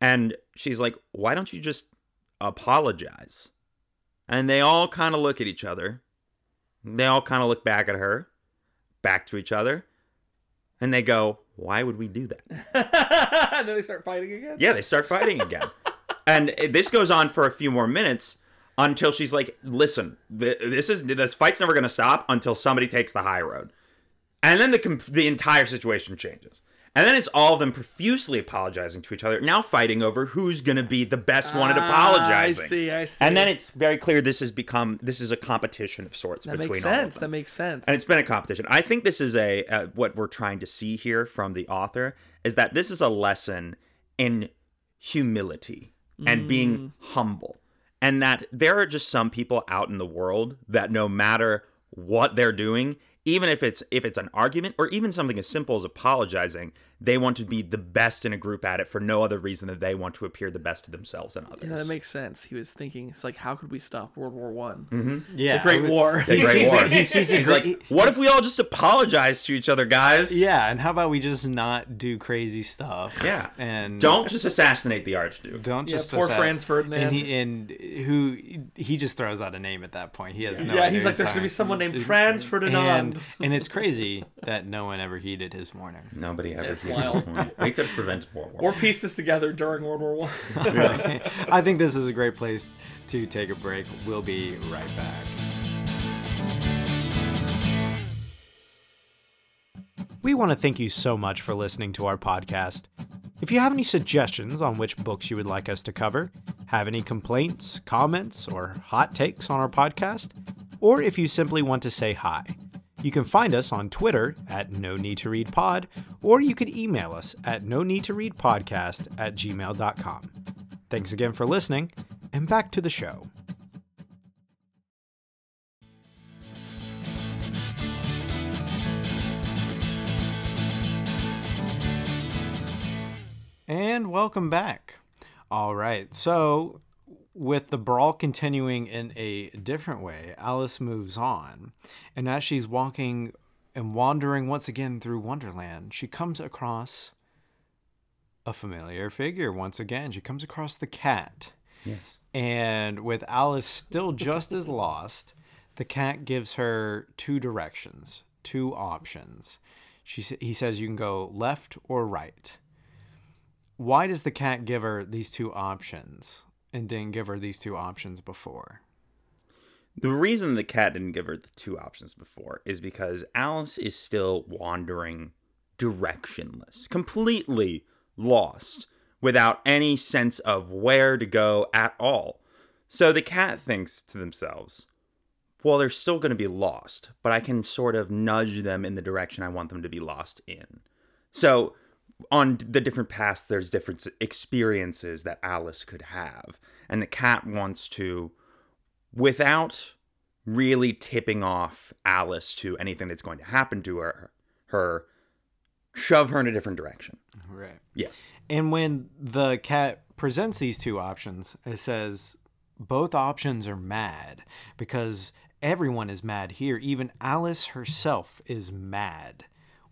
Speaker 3: And she's like, "Why don't you just apologize?" And they all kind of look at each other. They all kind of look back at her, back to each other, and they go, "Why would we do that?"
Speaker 2: and then they start fighting again.
Speaker 3: Yeah, they start fighting again. and this goes on for a few more minutes until she's like, "Listen, th- this is this fight's never going to stop until somebody takes the high road." And then the com- the entire situation changes. And then it's all of them profusely apologizing to each other, now fighting over who's going to be the best one at apologizing.
Speaker 2: Ah, I see. I see.
Speaker 3: And then it's very clear this has become this is a competition of sorts
Speaker 2: that
Speaker 3: between
Speaker 2: makes
Speaker 3: all of
Speaker 2: sense.
Speaker 3: them.
Speaker 2: That makes sense.
Speaker 3: And it's been a competition. I think this is a uh, what we're trying to see here from the author is that this is a lesson in humility and
Speaker 2: Mm.
Speaker 3: being humble, and that there are just some people out in the world that no matter what they're doing, even if it's if it's an argument or even something as simple as apologizing, they want to be the best in a group at it for no other reason than they want to appear the best to themselves and others.
Speaker 2: yeah, that makes sense. He was thinking, it's like, how could we stop World War One?
Speaker 1: Yeah.
Speaker 2: The Great War.
Speaker 3: The
Speaker 1: He
Speaker 3: Great
Speaker 1: sees
Speaker 3: War.
Speaker 1: it- he sees it
Speaker 3: He's
Speaker 1: great-
Speaker 3: like, what if we all just apologize to each other, guys?
Speaker 1: Yeah, and how about we just not do crazy stuff?
Speaker 3: Yeah.
Speaker 1: and
Speaker 3: Don't just assassinate the Archduke.
Speaker 1: don't
Speaker 2: Yeah,
Speaker 1: just
Speaker 2: poor
Speaker 1: upset-
Speaker 2: Franz Ferdinand.
Speaker 1: And, he, and who he just throws out a name at that point. He has no.
Speaker 2: yeah,
Speaker 1: idea
Speaker 2: he's like,
Speaker 1: who's
Speaker 2: there's gonna be
Speaker 1: talking.
Speaker 2: someone named Franz Ferdinand.
Speaker 1: And, and it's crazy that no one ever heated his morning.
Speaker 3: Nobody ever did
Speaker 2: wild.
Speaker 3: this one. We could have prevented World War.
Speaker 2: Or pieces together during World War One.
Speaker 1: I think this is a great place to take a break. We'll be right back. We want to thank you so much for listening to our podcast. If you have any suggestions on which books you would like us to cover, have any complaints, comments, or hot takes on our podcast, or if you simply want to say hi, you can find us on Twitter at No Need to Read Pod, or you could email us at No Need to Read Podcast at gmail.com. Thanks again for listening, and back to the show. And welcome back. All right. So, with the brawl continuing in a different way, Alice moves on. And as she's walking and wandering once again through Wonderland, she comes across a familiar figure once again. She comes across the cat.
Speaker 3: Yes.
Speaker 1: And with Alice still just as lost, the cat gives her two directions, two options. She sa- he says you can go left or right. Why does the cat give her these two options and didn't give her these two options before?
Speaker 3: The reason the cat didn't give her the two options before is because Alice is still wandering directionless, completely lost, without any sense of where to go at all. So the cat thinks to themselves, well, they're still going to be lost, but I can sort of nudge them in the direction I want them to be lost in. So on the different paths, there's different experiences that Alice could have. And the cat wants to without really tipping off Alice to anything that's going to happen to her, her shove her in a different direction.
Speaker 1: Right.
Speaker 3: Yes.
Speaker 1: And when the cat presents these two options, it says both options are mad because everyone is mad here. Even Alice herself is mad.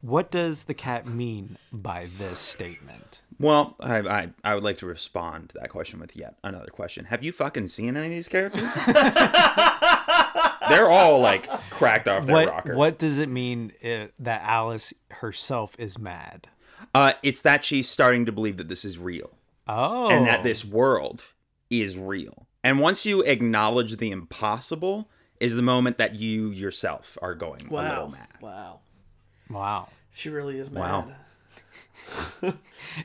Speaker 1: What does the cat mean by this statement?
Speaker 3: Well, I, I I would like to respond to that question with yet another question. Have you fucking seen any of these characters? They're all like cracked off their
Speaker 1: what
Speaker 3: rocker.
Speaker 1: what does it mean uh, that Alice herself is mad?
Speaker 3: Uh, it's that she's starting to believe that this is real
Speaker 1: Oh,
Speaker 3: and that this world is real. And once you acknowledge the impossible, is the moment that you yourself are going a little
Speaker 2: Wow.
Speaker 3: mad.
Speaker 2: Wow.
Speaker 1: wow.
Speaker 2: She really is mad.
Speaker 3: Wow.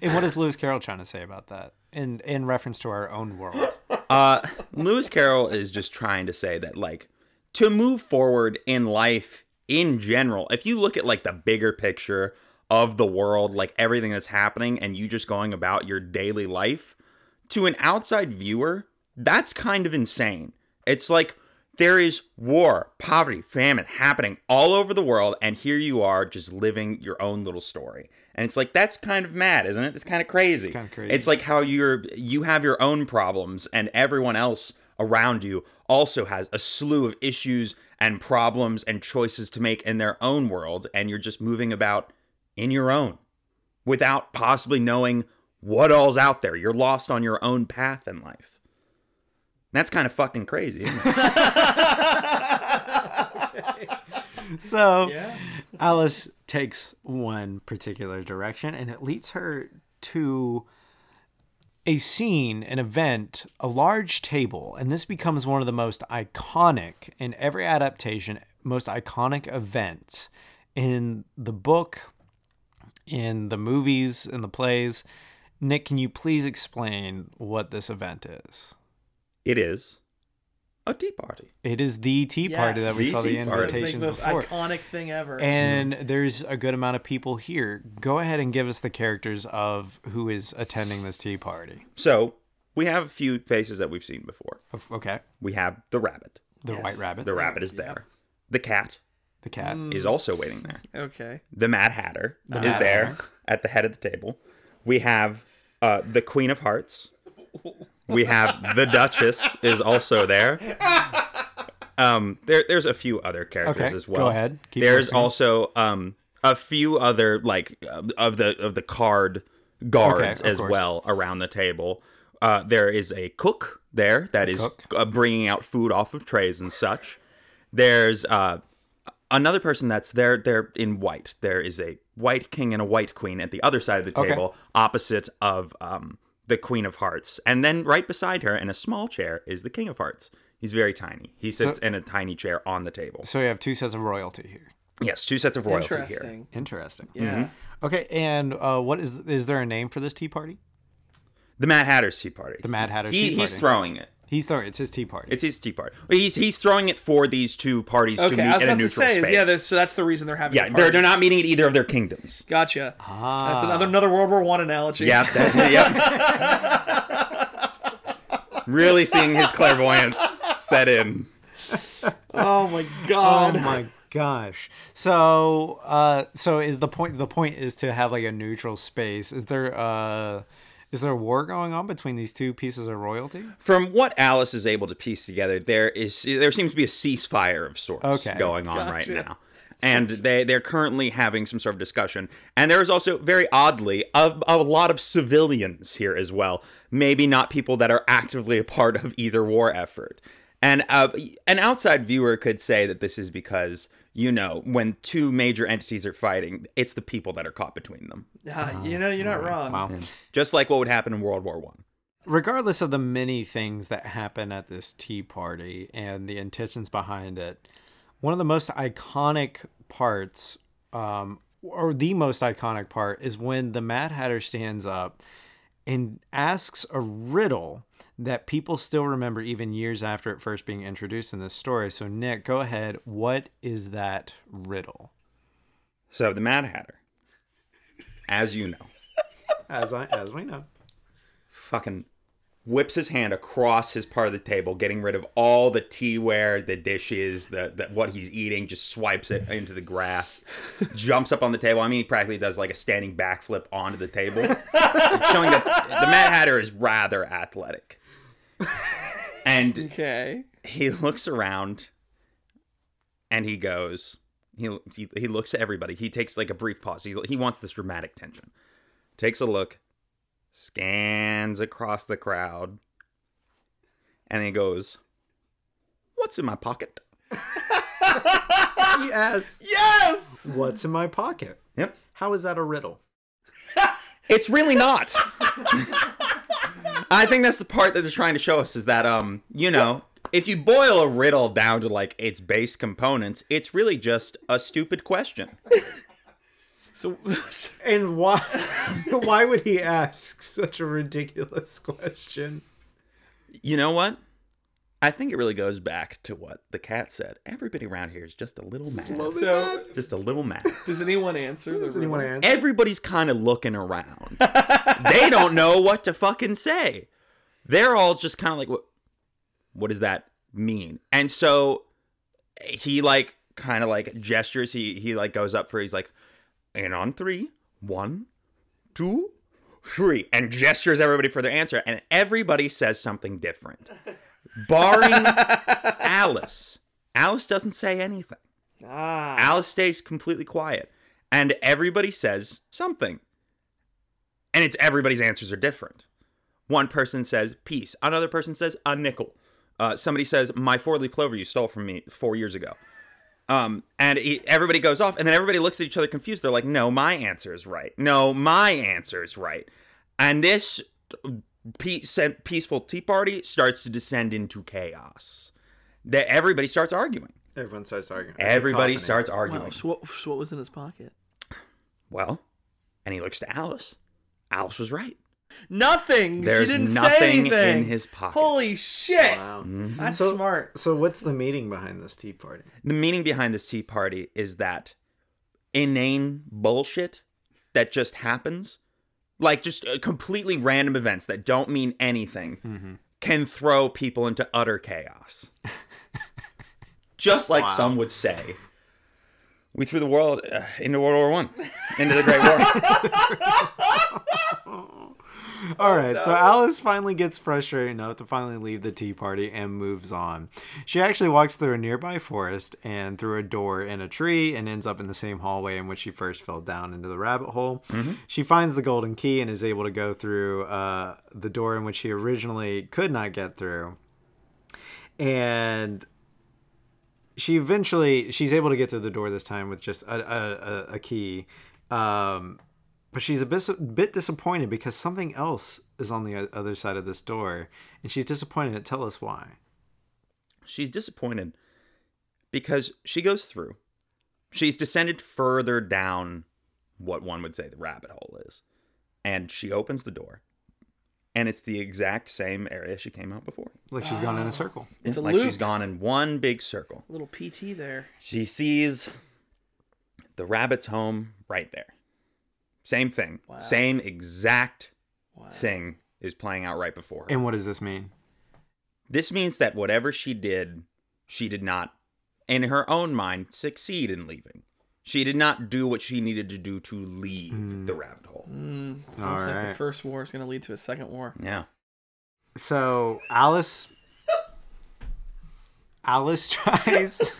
Speaker 1: And what is Lewis Carroll trying to say about that? In in reference to our own world,
Speaker 3: Uh, Lewis Carroll is just trying to say that, like, to move forward in life in general, if you look at like the bigger picture of the world, like everything that's happening, and you just going about your daily life, to an outside viewer, that's kind of insane. It's like there is war, poverty, famine happening all over the world, and here you are just living your own little story. And it's like that's kind of mad, isn't it? It's kind of crazy.
Speaker 1: kinda crazy.
Speaker 3: It's like how you're you have your own problems, and everyone else around you also has a slew of issues and problems and choices to make in their own world, and you're just moving about in your own without possibly knowing what all's out there. You're lost on your own path in life. That's kind of fucking crazy. Isn't it?
Speaker 1: so
Speaker 2: Yeah.
Speaker 1: Alice takes one particular direction, and it leads her to a scene, an event, a large table, and this becomes one of the most iconic in every adaptation, most iconic event in the book, in the movies, in the plays. Nick, can you please explain what this event is?
Speaker 3: it is a tea party.
Speaker 1: It is the tea party that we
Speaker 3: The
Speaker 1: saw the
Speaker 3: tea party.
Speaker 1: invitation
Speaker 2: the most
Speaker 1: before.
Speaker 2: iconic thing ever.
Speaker 1: And
Speaker 2: Mm-hmm.
Speaker 1: there's a good amount of people here. Go ahead and give us the characters of who is attending this tea party.
Speaker 3: So we have a few faces that we've seen before.
Speaker 1: Of- Okay.
Speaker 3: We have the rabbit.
Speaker 1: The
Speaker 2: Yes.
Speaker 1: white rabbit,
Speaker 3: The
Speaker 1: the,
Speaker 3: rabbit is there. The cat
Speaker 1: cat,
Speaker 2: Mm.
Speaker 3: is also waiting there.
Speaker 2: okay.
Speaker 3: The Mad Hatter is
Speaker 1: Mad
Speaker 3: there at the head of the table. We have uh, the Queen of Hearts. We have the Duchess is also there. Um, there, there's a few other characters
Speaker 1: Okay,
Speaker 3: as well.
Speaker 1: go ahead. Keep
Speaker 3: there's
Speaker 1: listing.
Speaker 3: also um, a few other like uh, of the of the card guards
Speaker 1: Okay, of
Speaker 3: as
Speaker 1: course.
Speaker 3: well around the table. Uh, there is a cook there that is
Speaker 1: cook.
Speaker 3: uh, bringing out food off of trays and such. There's uh, another person that's there they're in white there is a white king and a white queen at the other side of the
Speaker 1: Okay.
Speaker 3: table opposite of um, the queen of hearts and then right beside her in a small chair is the king of hearts he's very tiny he sits in a tiny chair on the table
Speaker 1: So we have two sets of royalty here.
Speaker 3: yes two sets of royalty here
Speaker 2: Interesting.
Speaker 1: Interesting.
Speaker 2: Yeah.
Speaker 1: Okay. And uh, what is is there a name for this tea party?
Speaker 3: the mad hatter's tea party the
Speaker 1: Mad Hatter's
Speaker 3: he,
Speaker 1: Tea
Speaker 3: he's
Speaker 1: Party.
Speaker 3: throwing it
Speaker 1: He's sorry, it's his tea party.
Speaker 3: it's his tea party he's, he's throwing it for these two parties to
Speaker 2: Okay. I
Speaker 3: meet
Speaker 2: was
Speaker 3: in a
Speaker 2: about to
Speaker 3: neutral
Speaker 2: say. is-
Speaker 3: space
Speaker 2: Yeah. That's, so that's the reason they're having.
Speaker 3: yeah
Speaker 2: the
Speaker 3: they're,
Speaker 2: party.
Speaker 3: they're not meeting at either of their kingdoms
Speaker 2: Gotcha. That's another another World War One analogy.
Speaker 3: Yeah. That, yep. really seeing his clairvoyance set in.
Speaker 2: Oh my
Speaker 1: oh
Speaker 2: god.
Speaker 1: my gosh. So uh, so is the point? The point is to have like a neutral space. Is there uh, is there a war going on between these two pieces of royalty?
Speaker 3: From what Alice is able to piece together, there is there seems to be a ceasefire of sorts
Speaker 1: Okay.
Speaker 3: going on
Speaker 2: Gotcha.
Speaker 3: right now. And they, they're currently having some sort of discussion. And there is also, very oddly, a, a lot of civilians here as well. Maybe not people that are actively a part of either war effort. And uh, an outside viewer could say that this is because, you know, when two major entities are fighting, it's the people that are caught between them.
Speaker 2: Ah, you know, you're not wrong.
Speaker 1: Wow.
Speaker 3: just like what would happen in World War One.
Speaker 1: regardless of the many things that happen at this tea party and the intentions behind it, one of the most iconic parts, um, or the most iconic part, is when the Mad Hatter stands up and asks a riddle that people still remember even years after it first being introduced in this story. So, Nick, go ahead. What is that riddle?
Speaker 3: So the Mad Hatter, as you know,
Speaker 1: As I, as we know,
Speaker 3: fucking whips his hand across his part of the table, getting rid of all the teaware, the dishes, the, the what he's eating, just swipes it into the grass, jumps up on the table. I mean, he practically does like a standing backflip onto the table, showing that the Mad Hatter is rather athletic. And
Speaker 2: Okay.
Speaker 3: he looks around and he goes he, he he looks at everybody he takes like a brief pause he, he wants this dramatic tension takes a look scans across the crowd and he goes what's in my pocket
Speaker 1: He asks,
Speaker 2: Yes.
Speaker 1: What's in my pocket?
Speaker 3: Yep.
Speaker 1: How is that a riddle?
Speaker 3: It's really not. I think that's the part that they're trying to show us is that um, you know, if you boil a riddle down to like its base components, it's really just a stupid question.
Speaker 2: So
Speaker 1: And why why would he ask such a ridiculous question?
Speaker 3: You know what? I think it really goes back to what the cat said. Everybody around here is just a little mad.
Speaker 2: so
Speaker 3: Just a little mad.
Speaker 2: does anyone answer?
Speaker 1: Does anyone
Speaker 2: answer?
Speaker 1: answer?
Speaker 3: Everybody's kind of looking around. they don't know what to fucking say. They're all just kind of like, what, what does that mean? And so he like kind of like gestures. He he like goes up for. He's like, and on three, one, two, three, and gestures everybody for their answer. And everybody says something different, barring Alice. Alice doesn't say anything.
Speaker 2: Ah.
Speaker 3: Alice stays completely quiet, and everybody says something. And it's everybody's answers are different. One person says peace, another person says a nickel. Uh, somebody says my four-leaf clover you stole from me four years ago. Um, and he, everybody goes off, and then everybody looks at each other confused. They're like, "No, my answer is right. No, my answer is right." And this peace, peaceful tea party starts to descend into chaos. That everybody starts arguing.
Speaker 1: Everyone starts arguing.
Speaker 3: Everybody
Speaker 1: Coughing.
Speaker 3: starts arguing.
Speaker 2: Wow. So what, so what was in his pocket?
Speaker 3: Well, and he looks to Alice. Alice was right.
Speaker 2: Nothing.
Speaker 3: There's
Speaker 2: she didn't say
Speaker 3: nothing in
Speaker 2: anything.
Speaker 3: his pocket. Mm-hmm.
Speaker 2: Holy shit.
Speaker 1: Wow.
Speaker 2: That's
Speaker 1: So-
Speaker 2: smart.
Speaker 1: So what's the meaning behind this tea party?
Speaker 3: The meaning behind this tea party is that inane bullshit that just happens, like just uh, completely random events that don't mean anything, can throw people into utter chaos. just like some would say. We threw the world uh, into World War One, into the Great War.
Speaker 1: All right, so Alice finally gets frustrated enough to finally leave the tea party and moves on. She actually walks through a nearby forest and through a door in a tree and ends up in the same hallway in which she first fell down into the rabbit hole. She finds the golden key and is able to go through uh, the door in which she originally could not get through. And she eventually she's able to get through the door this time with just a, a, a, a key. Um, but she's a bit, a bit disappointed because something else is on the o- other side of this door, and she's disappointed. At tell us why.
Speaker 3: she's disappointed because she goes through. She's descended further down what one would say the rabbit hole is. And she opens the door. And it's the exact same area she came out before.
Speaker 1: Like she's gone in a circle.
Speaker 2: It's a
Speaker 3: like she's
Speaker 2: loop.
Speaker 3: gone in one big circle.
Speaker 2: Little PT there.
Speaker 3: She sees the rabbit's home right there. Same thing.
Speaker 2: Wow.
Speaker 3: Same exact
Speaker 2: Wow.
Speaker 3: thing is playing out right before her.
Speaker 1: And what does this mean?
Speaker 3: This means that whatever she did, she did not, in her own mind, succeed in leaving. She did not do what she needed to do to leave the rabbit hole.
Speaker 2: Mm. It's
Speaker 1: All
Speaker 2: almost like the
Speaker 1: right.
Speaker 2: first war is going to lead to a second war.
Speaker 3: Yeah.
Speaker 1: So Alice, Alice tries.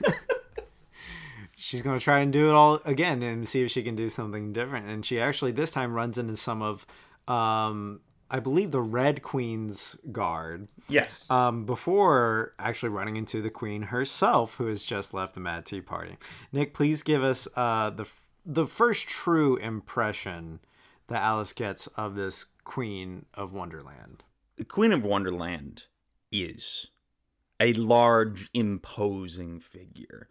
Speaker 1: she's gonna try and do it all again and see if she can do something different. And she actually this time runs into some of, um, I believe the Red Queen's guard.
Speaker 3: Yes.
Speaker 1: um, before actually running into the queen herself, who has just left the Mad Tea Party. Nick, please give us uh, the f- the first true impression that Alice gets of this Queen of Wonderland.
Speaker 3: the Queen of Wonderland is a large, imposing figure.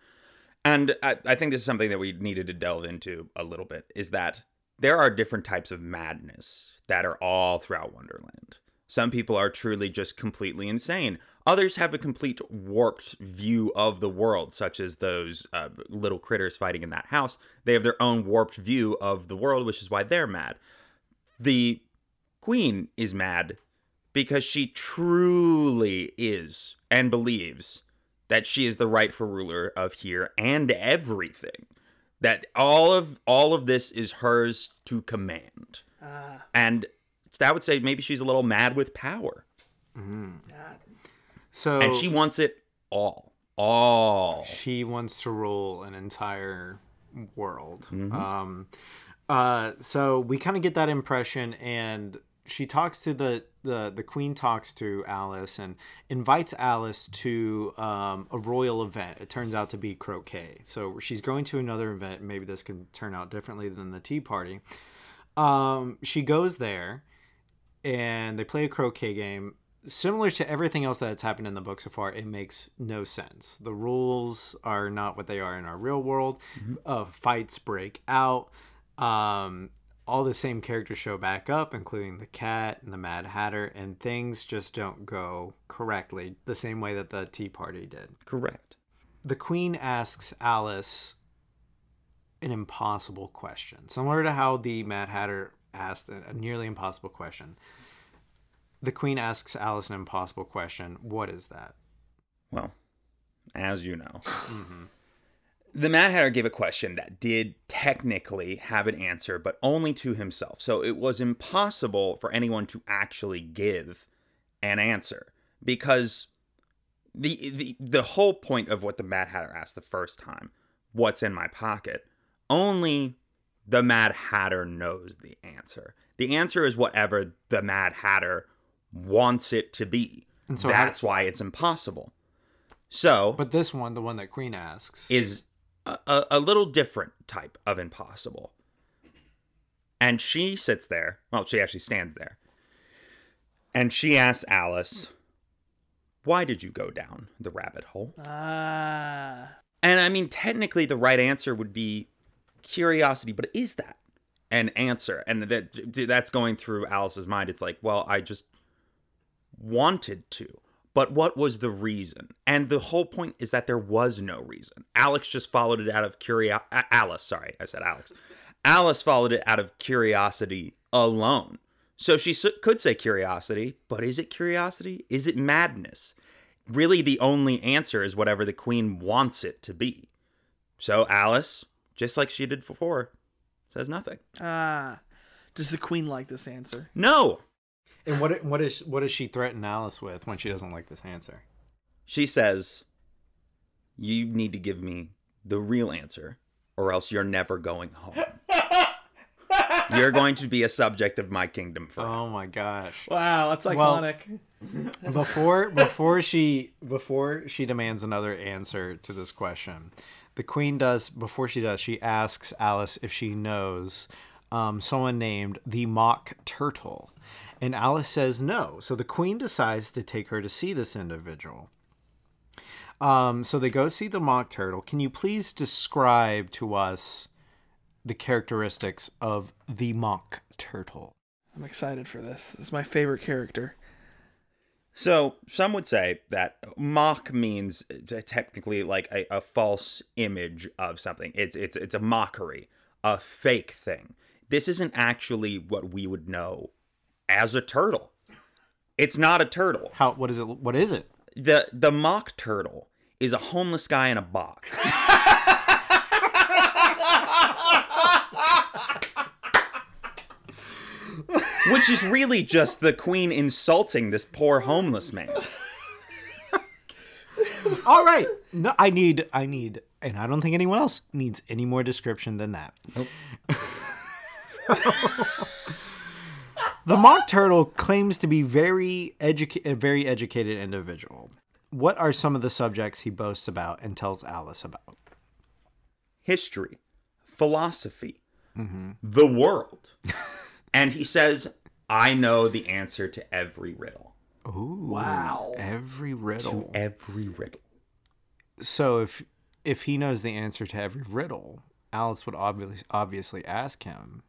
Speaker 3: And I, I think this is something that we needed to delve into a little bit is that there are different types of madness that are all throughout Wonderland. Some people are truly just completely insane. Others have a complete warped view of the world, such as those uh, little critters fighting in that house. They have their own warped view of the world, which is why they're mad. The queen is mad because she truly is and believes that she is the rightful ruler of here and everything that all of all of this is hers to command
Speaker 2: Ah,
Speaker 3: and that would say maybe she's a little mad with power
Speaker 2: God.
Speaker 1: So
Speaker 3: and she wants it all all
Speaker 1: she wants to rule an entire world. Um, uh, so we kind of get that impression, and she talks to the the the queen talks to Alice and invites Alice to um, a royal event. It turns out to be croquet. So she's going to another event. Maybe this can turn out differently than the tea party. Um, she goes there and they play a croquet game similar to everything else that's happened in the book so far it makes no sense the rules are not what they are in our real world uh, fights break out um, all the same characters show back up including the cat and the mad hatter and things just don't go correctly the same way that the tea party did
Speaker 3: Correct.
Speaker 1: the queen asks Alice an impossible question, similar to how the Mad Hatter asked a a nearly impossible question. The queen asks Alice an impossible question. What is that?
Speaker 3: Well, as you know,
Speaker 1: Mm-hmm.
Speaker 3: the Mad Hatter gave a question that did technically have an answer, but only to himself. So it was impossible for anyone to actually give an answer because the the the whole point of what the Mad Hatter asked the first time, "What's in my pocket?" Only the Mad Hatter knows the answer. The answer is whatever the Mad Hatter wants it to be. And
Speaker 1: so
Speaker 3: so
Speaker 1: how-
Speaker 3: that's why it's impossible. So
Speaker 1: But this one, the one that queen asks,
Speaker 3: is a, a, a little different type of impossible. And she sits there. Well, she actually stands there. And she asks Alice, Why did you go down the rabbit hole?
Speaker 2: Ah.
Speaker 3: And I mean, technically, the right answer would be curiosity, but is that an answer? And that that's going through Alice's mind. It's like, well, I just wanted to, but what was the reason? And the whole point is that there was no reason. Alex just followed it out of curiosity. Alice, sorry, I said Alex. Alice followed it out of curiosity alone. So she s- could say curiosity, but is it curiosity? Is it madness? really the only answer is whatever the queen wants it to be. So Alice, just like she did before, says nothing.
Speaker 2: Ah. Does the queen like this answer?
Speaker 3: No,
Speaker 1: and what what is what does she threaten Alice with when she doesn't like this answer?
Speaker 3: she says, you need to give me the real answer or else you're never going home. you're going to be a subject of my kingdom forever.
Speaker 1: Oh my gosh!
Speaker 2: Wow, that's
Speaker 1: Well-
Speaker 2: iconic.
Speaker 1: Before before she before she demands another answer to this question, the queen does before she does she asks Alice if she knows um, someone named the mock turtle, and Alice says no. So the queen decides to take her to see this individual. Um, so they go see the mock turtle. Can you please describe to us the characteristics of the mock turtle?
Speaker 2: I'm excited for this. This is my favorite character.
Speaker 3: So some would say that mock means uh, technically like a, a false image of something. It's it's it's a mockery, a fake thing. This isn't actually what we would know as a turtle. It's not a turtle.
Speaker 1: How what is it? What is it?
Speaker 3: The the mock turtle is a homeless guy in a box. Which is really just the queen insulting this poor homeless man.
Speaker 1: All right. No, I need, I need, and I don't think anyone else needs any more description than that. the mock turtle claims to be very educa- a very educated individual. What are some of the subjects he boasts about and tells Alice about?
Speaker 3: history, philosophy, the world. and he says, I know the answer to every riddle.
Speaker 2: Wow.
Speaker 1: Every riddle.
Speaker 3: Every riddle.
Speaker 1: So if if he knows the answer to every riddle, Alice would obviously obviously ask him.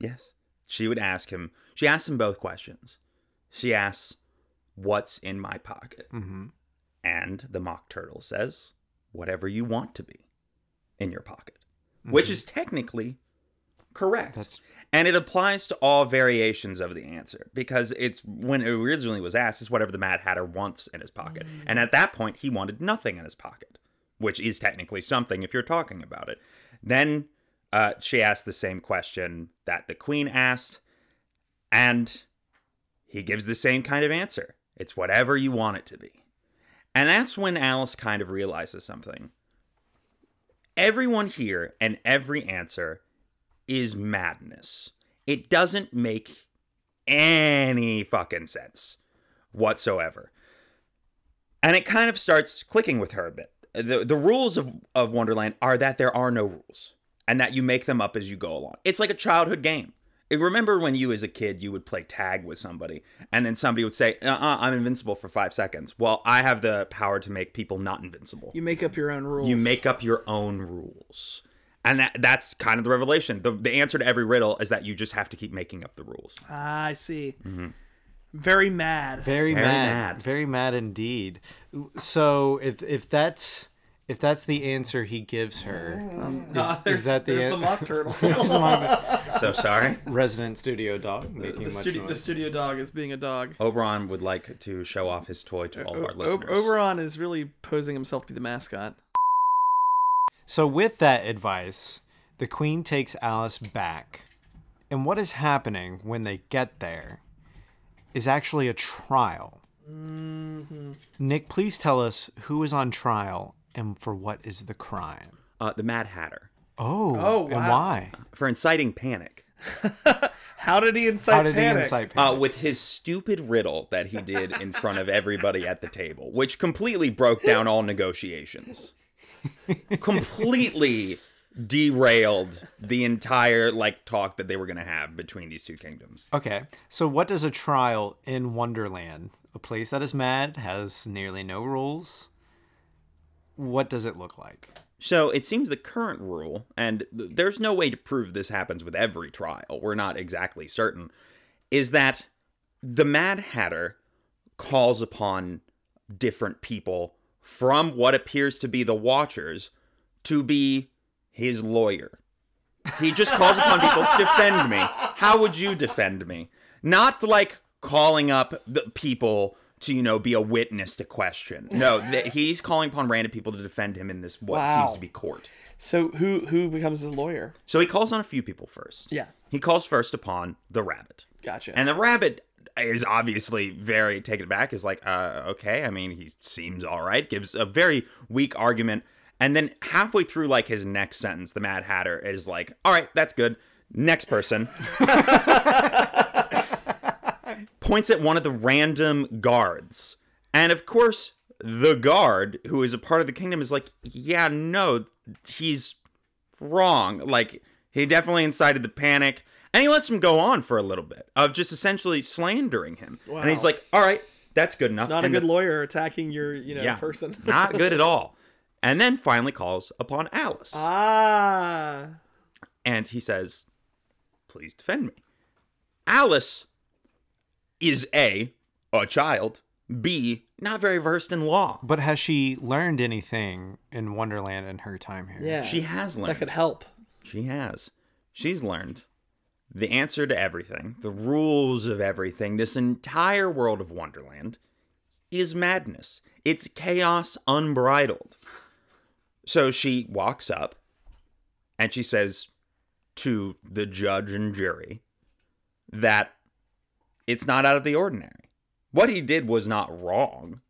Speaker 3: Yes. She would ask him, she asks him both questions. She asks, What's in my pocket?
Speaker 1: Mm-hmm.
Speaker 3: And the mock turtle says, Whatever you want to be in your pocket, which is technically correct.
Speaker 1: That's-
Speaker 3: and it applies to all variations of the answer because it's when it originally was asked, it's whatever the Mad Hatter wants in his pocket. And at that point, he wanted nothing in his pocket, which is technically something if you're talking about it. Then uh, she asked the same question that the Queen asked, and he gives the same kind of answer it's whatever you want it to be. And that's when Alice kind of realizes something. Everyone here and every answer is madness. It doesn't make any fucking sense whatsoever. And it kind of starts clicking with her a bit. The, the rules of, of Wonderland are that there are no rules and that you make them up as you go along. It's like a childhood game. If- Remember when you, as a kid, you would play tag with somebody, and then somebody would say, uh uh, I'm invincible for five seconds. Well, I have the power to make people not invincible.
Speaker 2: You make up your own rules.
Speaker 3: You make up your own rules. And that, that's kind of the revelation. The, the answer to every riddle is that you just have to keep making up the rules.
Speaker 2: Ah, I see.
Speaker 3: Mm-hmm.
Speaker 2: Very mad.
Speaker 1: Very,
Speaker 3: Very
Speaker 1: mad.
Speaker 3: mad.
Speaker 1: Very mad indeed. So if if that's if that's the answer he gives her, is, is that the,
Speaker 2: There's the
Speaker 1: an-
Speaker 2: mock turtle.
Speaker 1: It's my
Speaker 3: So sorry.
Speaker 1: resident studio dog making
Speaker 2: the,
Speaker 1: much
Speaker 2: studio, the
Speaker 1: noise?
Speaker 2: studio dog is being a dog.
Speaker 3: Oberon would like to show off his toy to all of our
Speaker 2: O-
Speaker 3: listeners.
Speaker 2: Oberon is really posing himself to be the mascot.
Speaker 1: So with that advice, the queen takes Alice back. And what is happening when they get there is actually a trial.
Speaker 2: Mm-hmm.
Speaker 1: Nick, please tell us who is on trial and for what is the crime.
Speaker 3: uh, the Mad Hatter
Speaker 1: Oh,
Speaker 2: Oh,
Speaker 1: and
Speaker 2: wow.
Speaker 1: why?
Speaker 3: for inciting panic
Speaker 2: How did he incite
Speaker 1: How did
Speaker 2: panic?
Speaker 1: he incite panic?
Speaker 3: uh, with his stupid riddle that he did in front of everybody at the table, which completely broke down all negotiations. completely derailed the entire like talk that they were going to have between these two kingdoms.
Speaker 1: Okay. So, what does a trial in Wonderland, a place that is mad, has nearly no rules, what does it look like?
Speaker 3: So it seems the current rule, and th- there's no way to prove this happens with every trial, we're not exactly certain, is that the Mad Hatter calls upon different people from what appears to be the Watchers to be his lawyer. He just calls upon people, defend me. How would you defend me? Not like calling up the people to, you know, be a witness to question. No, th- he's calling upon random people to defend him in this what
Speaker 2: Wow.
Speaker 3: seems to be court.
Speaker 2: So who who becomes his lawyer?
Speaker 3: So he calls on a few people first.
Speaker 2: Yeah.
Speaker 3: He calls first upon the rabbit.
Speaker 2: Gotcha.
Speaker 3: And the rabbit is obviously very taken aback. Is like, uh, okay. I mean, he seems all right. Gives a very weak argument, and then halfway through, like his next sentence, the Mad Hatter is like, "All right, that's good. Next person." Points at one of the random guards, and of course, the guard who is a part of the kingdom is like, "Yeah, no, he's wrong. Like he definitely incited the panic, and he lets him go on for a little bit of just essentially slandering him. And he's
Speaker 2: Wow.
Speaker 3: like, "All right, that's good enough."
Speaker 2: Not a
Speaker 3: And
Speaker 2: good
Speaker 3: the-
Speaker 2: lawyer attacking your you know person.
Speaker 3: not good at all. And then finally calls upon Alice,
Speaker 2: ah.
Speaker 3: and he says, "Please defend me." Alice is a a child. B not very versed in law.
Speaker 1: But has she learned anything in Wonderland in her time here?
Speaker 2: Yeah.
Speaker 3: She has learned.
Speaker 2: that could help.
Speaker 3: She has. She's learned the answer to everything, the rules of everything, this entire world of Wonderland is madness. It's chaos unbridled. So she walks up and she says to the judge and jury that it's not out of the ordinary. What he did was not wrong,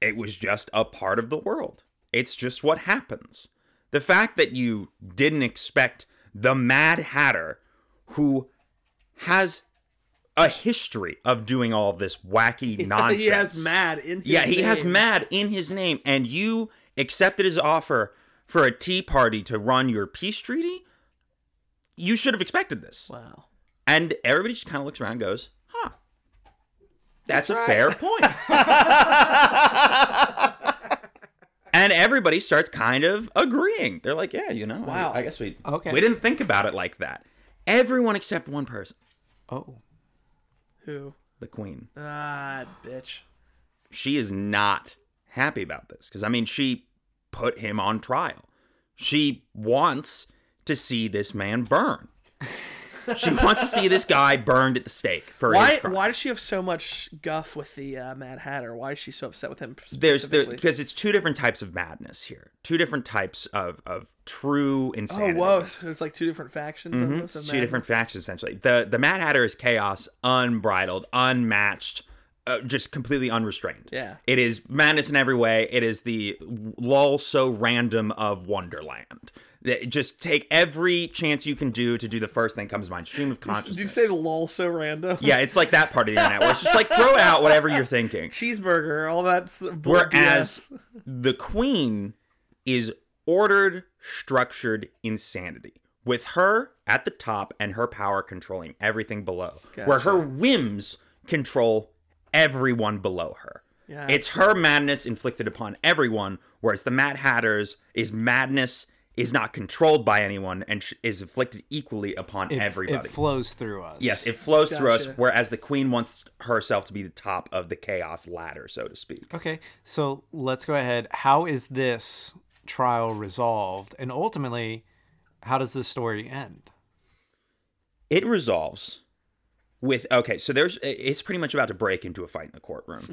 Speaker 3: it was just a part of the world. It's just what happens. The fact that you didn't expect the Mad Hatter, who has a history of doing all this wacky nonsense.
Speaker 2: He has mad in.
Speaker 3: Yeah,
Speaker 2: his
Speaker 3: he has
Speaker 2: name.
Speaker 3: Mad in his name, and you accepted his offer for a tea party to run your peace treaty. You should have expected this.
Speaker 2: Wow.
Speaker 3: And everybody just kind of looks around and goes, huh, that's, a fair point. and everybody starts kind of agreeing. They're like, yeah, you know, I-
Speaker 2: Wow.
Speaker 3: I, guess we,
Speaker 1: Okay.
Speaker 3: we didn't think about it like that. Everyone except one person,
Speaker 1: Oh.
Speaker 2: Who?
Speaker 3: the queen.
Speaker 2: Ah, bitch.
Speaker 3: she is not happy about this because I mean she put him on trial. She wants to see this man burn. she wants to see this guy burned at the stake for
Speaker 2: Why?
Speaker 3: his crime.
Speaker 2: Why does she have so much guff with the uh, Mad Hatter? Why is she so upset with him?
Speaker 3: There's there
Speaker 2: specifically?
Speaker 3: because it's two different types of madness here. Two different types of of true
Speaker 2: Oh
Speaker 3: insanity.
Speaker 2: whoa! So it's like two different factions. of this
Speaker 3: Mm-hmm. It's
Speaker 2: and
Speaker 3: two
Speaker 2: that.
Speaker 3: different factions essentially. The the Mad Hatter is chaos, unbridled, unmatched, uh, just completely unrestrained.
Speaker 2: Yeah.
Speaker 3: it is madness in every way. It is the lull so random of Wonderland. That- Just take every chance you can do to do the first thing that comes to mind. Stream of
Speaker 2: Did
Speaker 3: consciousness.
Speaker 2: you say lol so random?
Speaker 3: yeah, it's like that part of the internet where it's just like throw out whatever you're thinking.
Speaker 2: Cheeseburger, all that. s- bull
Speaker 3: Whereas
Speaker 2: BS.
Speaker 3: the queen is ordered, structured insanity. With her at the top and her power controlling everything below, where her whims control everyone below her.
Speaker 2: Yeah.
Speaker 3: It's her madness inflicted upon everyone, whereas the Mad Hatter's is madness is not controlled by anyone and sh- is inflicted equally upon
Speaker 1: It-
Speaker 3: everybody.
Speaker 1: It flows through us.
Speaker 3: yes, it flows through us,
Speaker 2: Gotcha.
Speaker 3: whereas the queen wants herself to be the top of the chaos ladder, so to speak.
Speaker 1: Okay, so let's go ahead. How is this trial resolved? And ultimately, how does this story end?
Speaker 3: it resolves with okay so there's it's pretty much about to break into a fight in the courtroom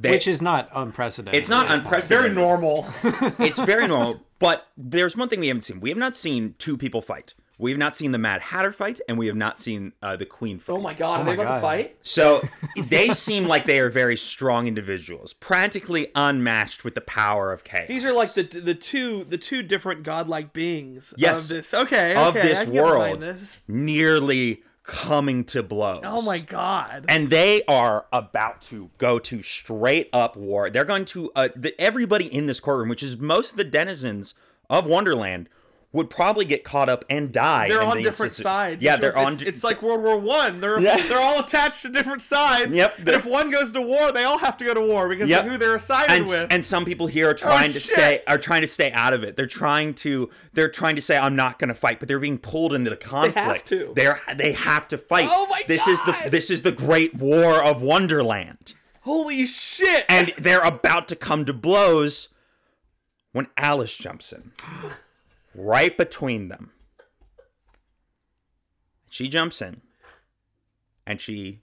Speaker 3: They-
Speaker 1: Which is not unprecedented.
Speaker 3: it's not
Speaker 2: very
Speaker 3: unprecedented
Speaker 2: normal.
Speaker 3: it's very normal but there's one thing we haven't seen we have not seen two people fight we have not seen the mad hatter fight and we have not seen uh, the queen fight
Speaker 2: oh my god, are
Speaker 1: my
Speaker 2: they about
Speaker 1: God.
Speaker 2: to fight?
Speaker 3: so they seem like they are very strong individuals practically unmatched with the power of chaos
Speaker 2: These are like the the two the two different godlike beings
Speaker 3: Yes.
Speaker 2: of this okay
Speaker 3: of
Speaker 2: okay, I
Speaker 3: this
Speaker 2: can get behind
Speaker 3: world
Speaker 2: this.
Speaker 3: nearly coming to blows
Speaker 2: Oh my god.
Speaker 3: and they are about to go to straight up war. They're going to uh, the, everybody in this courtroom, which is most of the denizens of Wonderland, would probably get caught up and die.
Speaker 2: they're
Speaker 3: in
Speaker 2: on
Speaker 3: the
Speaker 2: different
Speaker 3: instance-
Speaker 2: sides.
Speaker 3: Yeah,
Speaker 2: It's-
Speaker 3: they're
Speaker 2: it's,
Speaker 3: on.
Speaker 2: It's like World War One. They're
Speaker 3: Yeah.
Speaker 2: they're all attached to different sides.
Speaker 3: Yep.
Speaker 2: And if one goes to war, they all have to go to war because
Speaker 3: Yep.
Speaker 2: of who they're sided
Speaker 3: and,
Speaker 2: with. Oh,
Speaker 3: and some people here are trying to
Speaker 2: shit.
Speaker 3: stay are trying to stay out of it. They're trying to they're trying to say I'm not going to fight, but they're being pulled into the conflict.
Speaker 2: to.
Speaker 3: They're they have to fight.
Speaker 2: Oh my
Speaker 3: this is the
Speaker 2: God.
Speaker 3: this is the great war of Wonderland.
Speaker 2: Holy shit!
Speaker 3: and they're about to come to blows when Alice jumps in. Right between them. She jumps in and she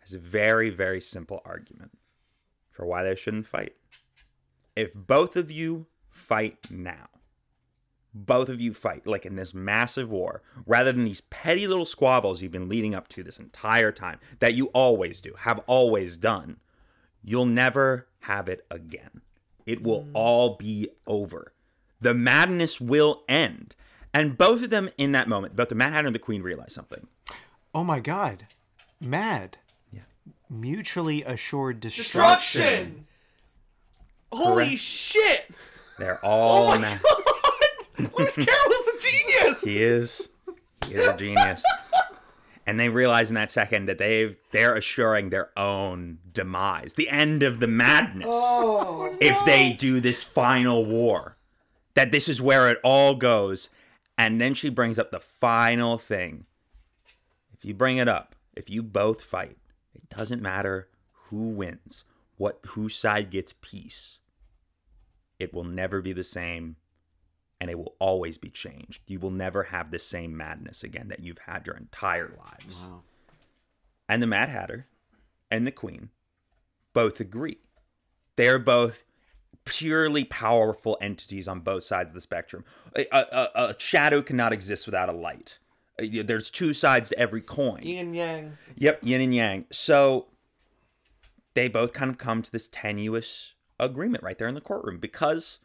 Speaker 3: has a very, very simple argument for why they shouldn't fight. If both of you fight now, both of you fight, like in this massive war, rather than these petty little squabbles you've been leading up to this entire time, that you always do, have always done, you'll never have it again. It will
Speaker 2: Mm.
Speaker 3: all be over. The madness will end. And both of them in that moment, both the Mad Hatter and the Queen realize something.
Speaker 1: Oh my God. Mad. Yeah. Mutually assured destruction.
Speaker 2: Destruction. Holy
Speaker 3: Correct.
Speaker 2: shit!
Speaker 3: They're all
Speaker 2: Oh my
Speaker 3: mad.
Speaker 2: god! Lewis Carroll's a genius.
Speaker 3: He is. He is a genius. and they realize in that second that they've they're assuring their own demise, the end of the madness. If they do this final war, that this is where it all goes. And then she brings up the final thing. If you bring it up, if you both fight, it doesn't matter who wins, what whose side gets peace. It will never be the same and it will always be changed. You will never have the same madness again that you've had your entire lives. And the Mad Hatter and the Queen both agree. They're both purely powerful entities on both sides of the spectrum. A, a- a- a shadow cannot exist without a light. Uh, y- There's two sides to every coin.
Speaker 2: Yin Yang.
Speaker 3: Yep, yin and yang. So they both kind of come to this tenuous agreement right there in the courtroom because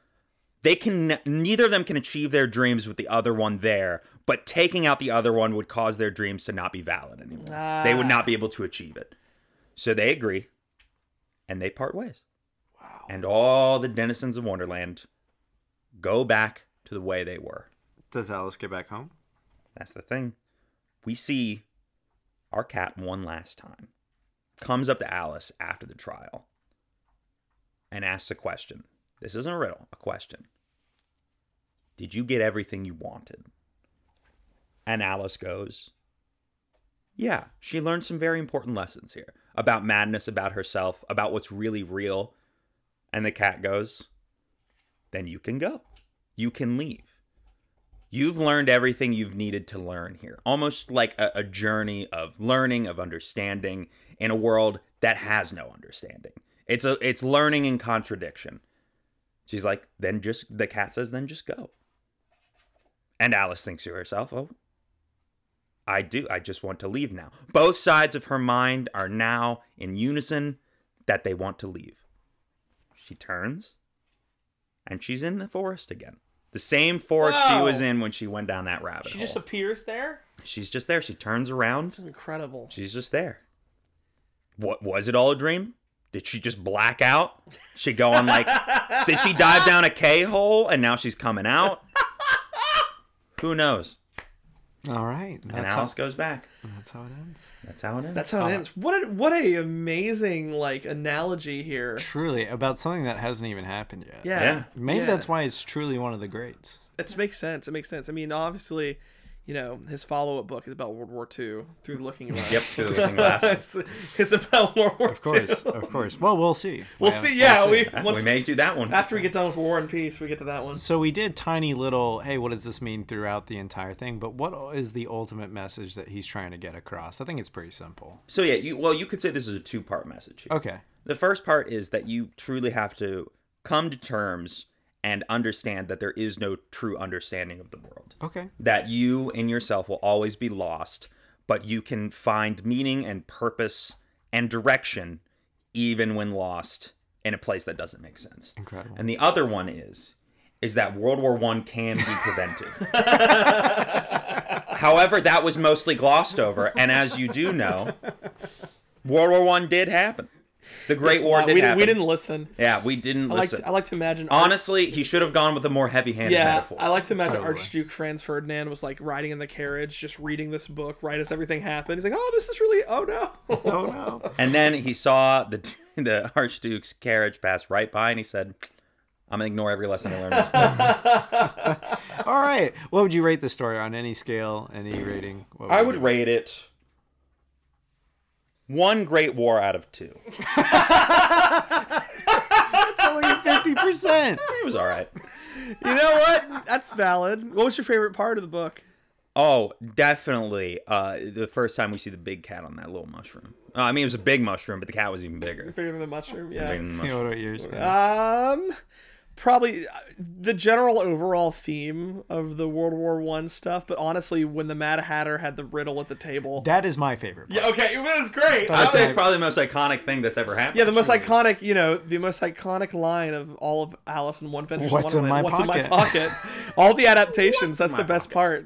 Speaker 3: they can neither of them can achieve their dreams with the other one there, but taking out the other one would cause their dreams to not be valid anymore. They would not be able to achieve it. So they agree and they part ways. Wow. And all the denizens of Wonderland go back to the way they were.
Speaker 1: Does Alice get back home?
Speaker 3: That's the thing. We see our cat one last time. Comes up to Alice after the trial and asks a question. This isn't a riddle, a question. Did you get everything you wanted? And Alice goes, Yeah, she learned some very important lessons here about madness, about herself, about what's really real. And the cat goes, Then you can go. You can leave you've learned everything you've needed to learn here almost like a, a journey of learning of understanding in a world that has no understanding it's a it's learning in contradiction she's like then just the cat says then just go and alice thinks to herself oh i do i just want to leave now both sides of her mind are now in unison that they want to leave she turns and she's in the forest again The same forest she
Speaker 2: Whoa.
Speaker 3: was in when she went down that rabbit
Speaker 2: She
Speaker 3: hole.
Speaker 2: just appears there.
Speaker 3: She's just there. She turns around.
Speaker 2: Incredible.
Speaker 3: She's just there. What was it all a dream? Did she just black out? She go on like did she dive down a K hole and now she's coming out? Who knows?
Speaker 1: All right.
Speaker 3: And
Speaker 1: That's how,
Speaker 3: Alice goes back.
Speaker 1: that's how it ends.
Speaker 3: That's how it ends.
Speaker 2: That's how it ends. What a, what a amazing like analogy here.
Speaker 1: Truly, about something that hasn't even happened yet.
Speaker 2: Yeah.
Speaker 3: Yeah.
Speaker 1: Maybe
Speaker 2: Yeah.
Speaker 1: that's why it's truly one of the greats.
Speaker 2: It makes sense. It makes sense. I mean, obviously, you know, his follow up book is about World War II through the looking glass.
Speaker 3: Yep, through the looking glass.
Speaker 2: it's, it's about World War
Speaker 1: Of course. of course. Well, we'll see.
Speaker 2: We'll see, yeah, we-
Speaker 3: we
Speaker 2: Once-
Speaker 3: may do that one.
Speaker 2: After we get done with War and Peace, we get to that one.
Speaker 1: So we did tiny little, hey, what does this mean throughout the entire thing? But what is the ultimate message that he's trying to get across? I think it's pretty simple.
Speaker 3: So yeah, you well, you could say this is a two part message. here.
Speaker 1: Okay.
Speaker 3: The first part is that you truly have to come to terms and understand that there is no true understanding of the world.
Speaker 1: Okay.
Speaker 3: That you and yourself will always be lost, but you can find meaning and purpose and direction even when lost in a place that doesn't make sense.
Speaker 1: Incredible.
Speaker 3: And the other one is is that World War One can be prevented. However, that was mostly glossed over, and as you do know, World War One did happen. The Great
Speaker 2: That's
Speaker 3: War
Speaker 2: why-
Speaker 3: did
Speaker 2: we,
Speaker 3: happen.
Speaker 2: we didn't listen.
Speaker 3: Yeah, we didn't
Speaker 2: I like,
Speaker 3: listen.
Speaker 2: to, I like to imagine.
Speaker 3: Honestly, he should have gone with a more heavy-handed
Speaker 2: yeah,
Speaker 3: metaphor.
Speaker 2: I like to imagine
Speaker 1: Totally.
Speaker 2: Archduke Franz Ferdinand was like riding in the carriage, just reading this book right as everything happened. He's like, "Oh, this is really oh no."
Speaker 1: Oh, no.
Speaker 3: and then he saw the the Archduke's carriage pass right by, and he said, "I'm gonna ignore every lesson I learned." in This book.
Speaker 1: All right. What would you rate the story on any scale, any rating? What
Speaker 3: I
Speaker 1: you
Speaker 3: would rate it one Great War out of two.
Speaker 2: Oh,
Speaker 1: Only at 50%.
Speaker 3: It was all right.
Speaker 2: you know what? That's valid. What was your favorite part of the book?
Speaker 3: Oh, definitely. Uh, the first time we see the big cat on that little mushroom. Uh, I mean, it was a big mushroom, but the cat was even bigger.
Speaker 2: Bigger than the mushroom.
Speaker 3: Bigger
Speaker 2: Yeah.
Speaker 3: than the
Speaker 1: Yeah,
Speaker 3: mushroom.
Speaker 1: what about
Speaker 2: Uh,
Speaker 1: yours? Dan?
Speaker 2: Um, probably uh, the general overall theme of the World War One stuff, but honestly, when the Mad Hatter had the riddle at the table.
Speaker 1: that is my favorite. part.
Speaker 2: yeah. Okay, it was great.
Speaker 3: I'd
Speaker 2: I
Speaker 3: say
Speaker 2: was-
Speaker 3: it's probably the most iconic thing that's ever happened.
Speaker 2: Yeah, the most iconic, you know, the most iconic line of all of Alice in One Finish.
Speaker 1: What's in my
Speaker 2: What's in my
Speaker 1: pocket?
Speaker 2: pocket? all the adaptations. that's
Speaker 3: my
Speaker 2: the best
Speaker 3: pocket?
Speaker 2: part.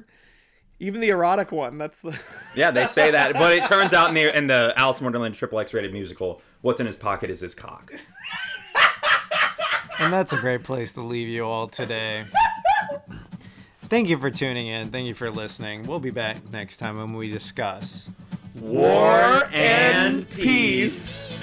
Speaker 2: Even the erotic one. That's the.
Speaker 3: Yeah, they say that, but it turns out in the in the Alice in Wonderland triple X rated musical, what's in his pocket is his cock.
Speaker 1: And that's a great place to leave you all today. Thank you for tuning in. Thank you for listening. We'll be back next time when we discuss.
Speaker 3: War
Speaker 2: and peace.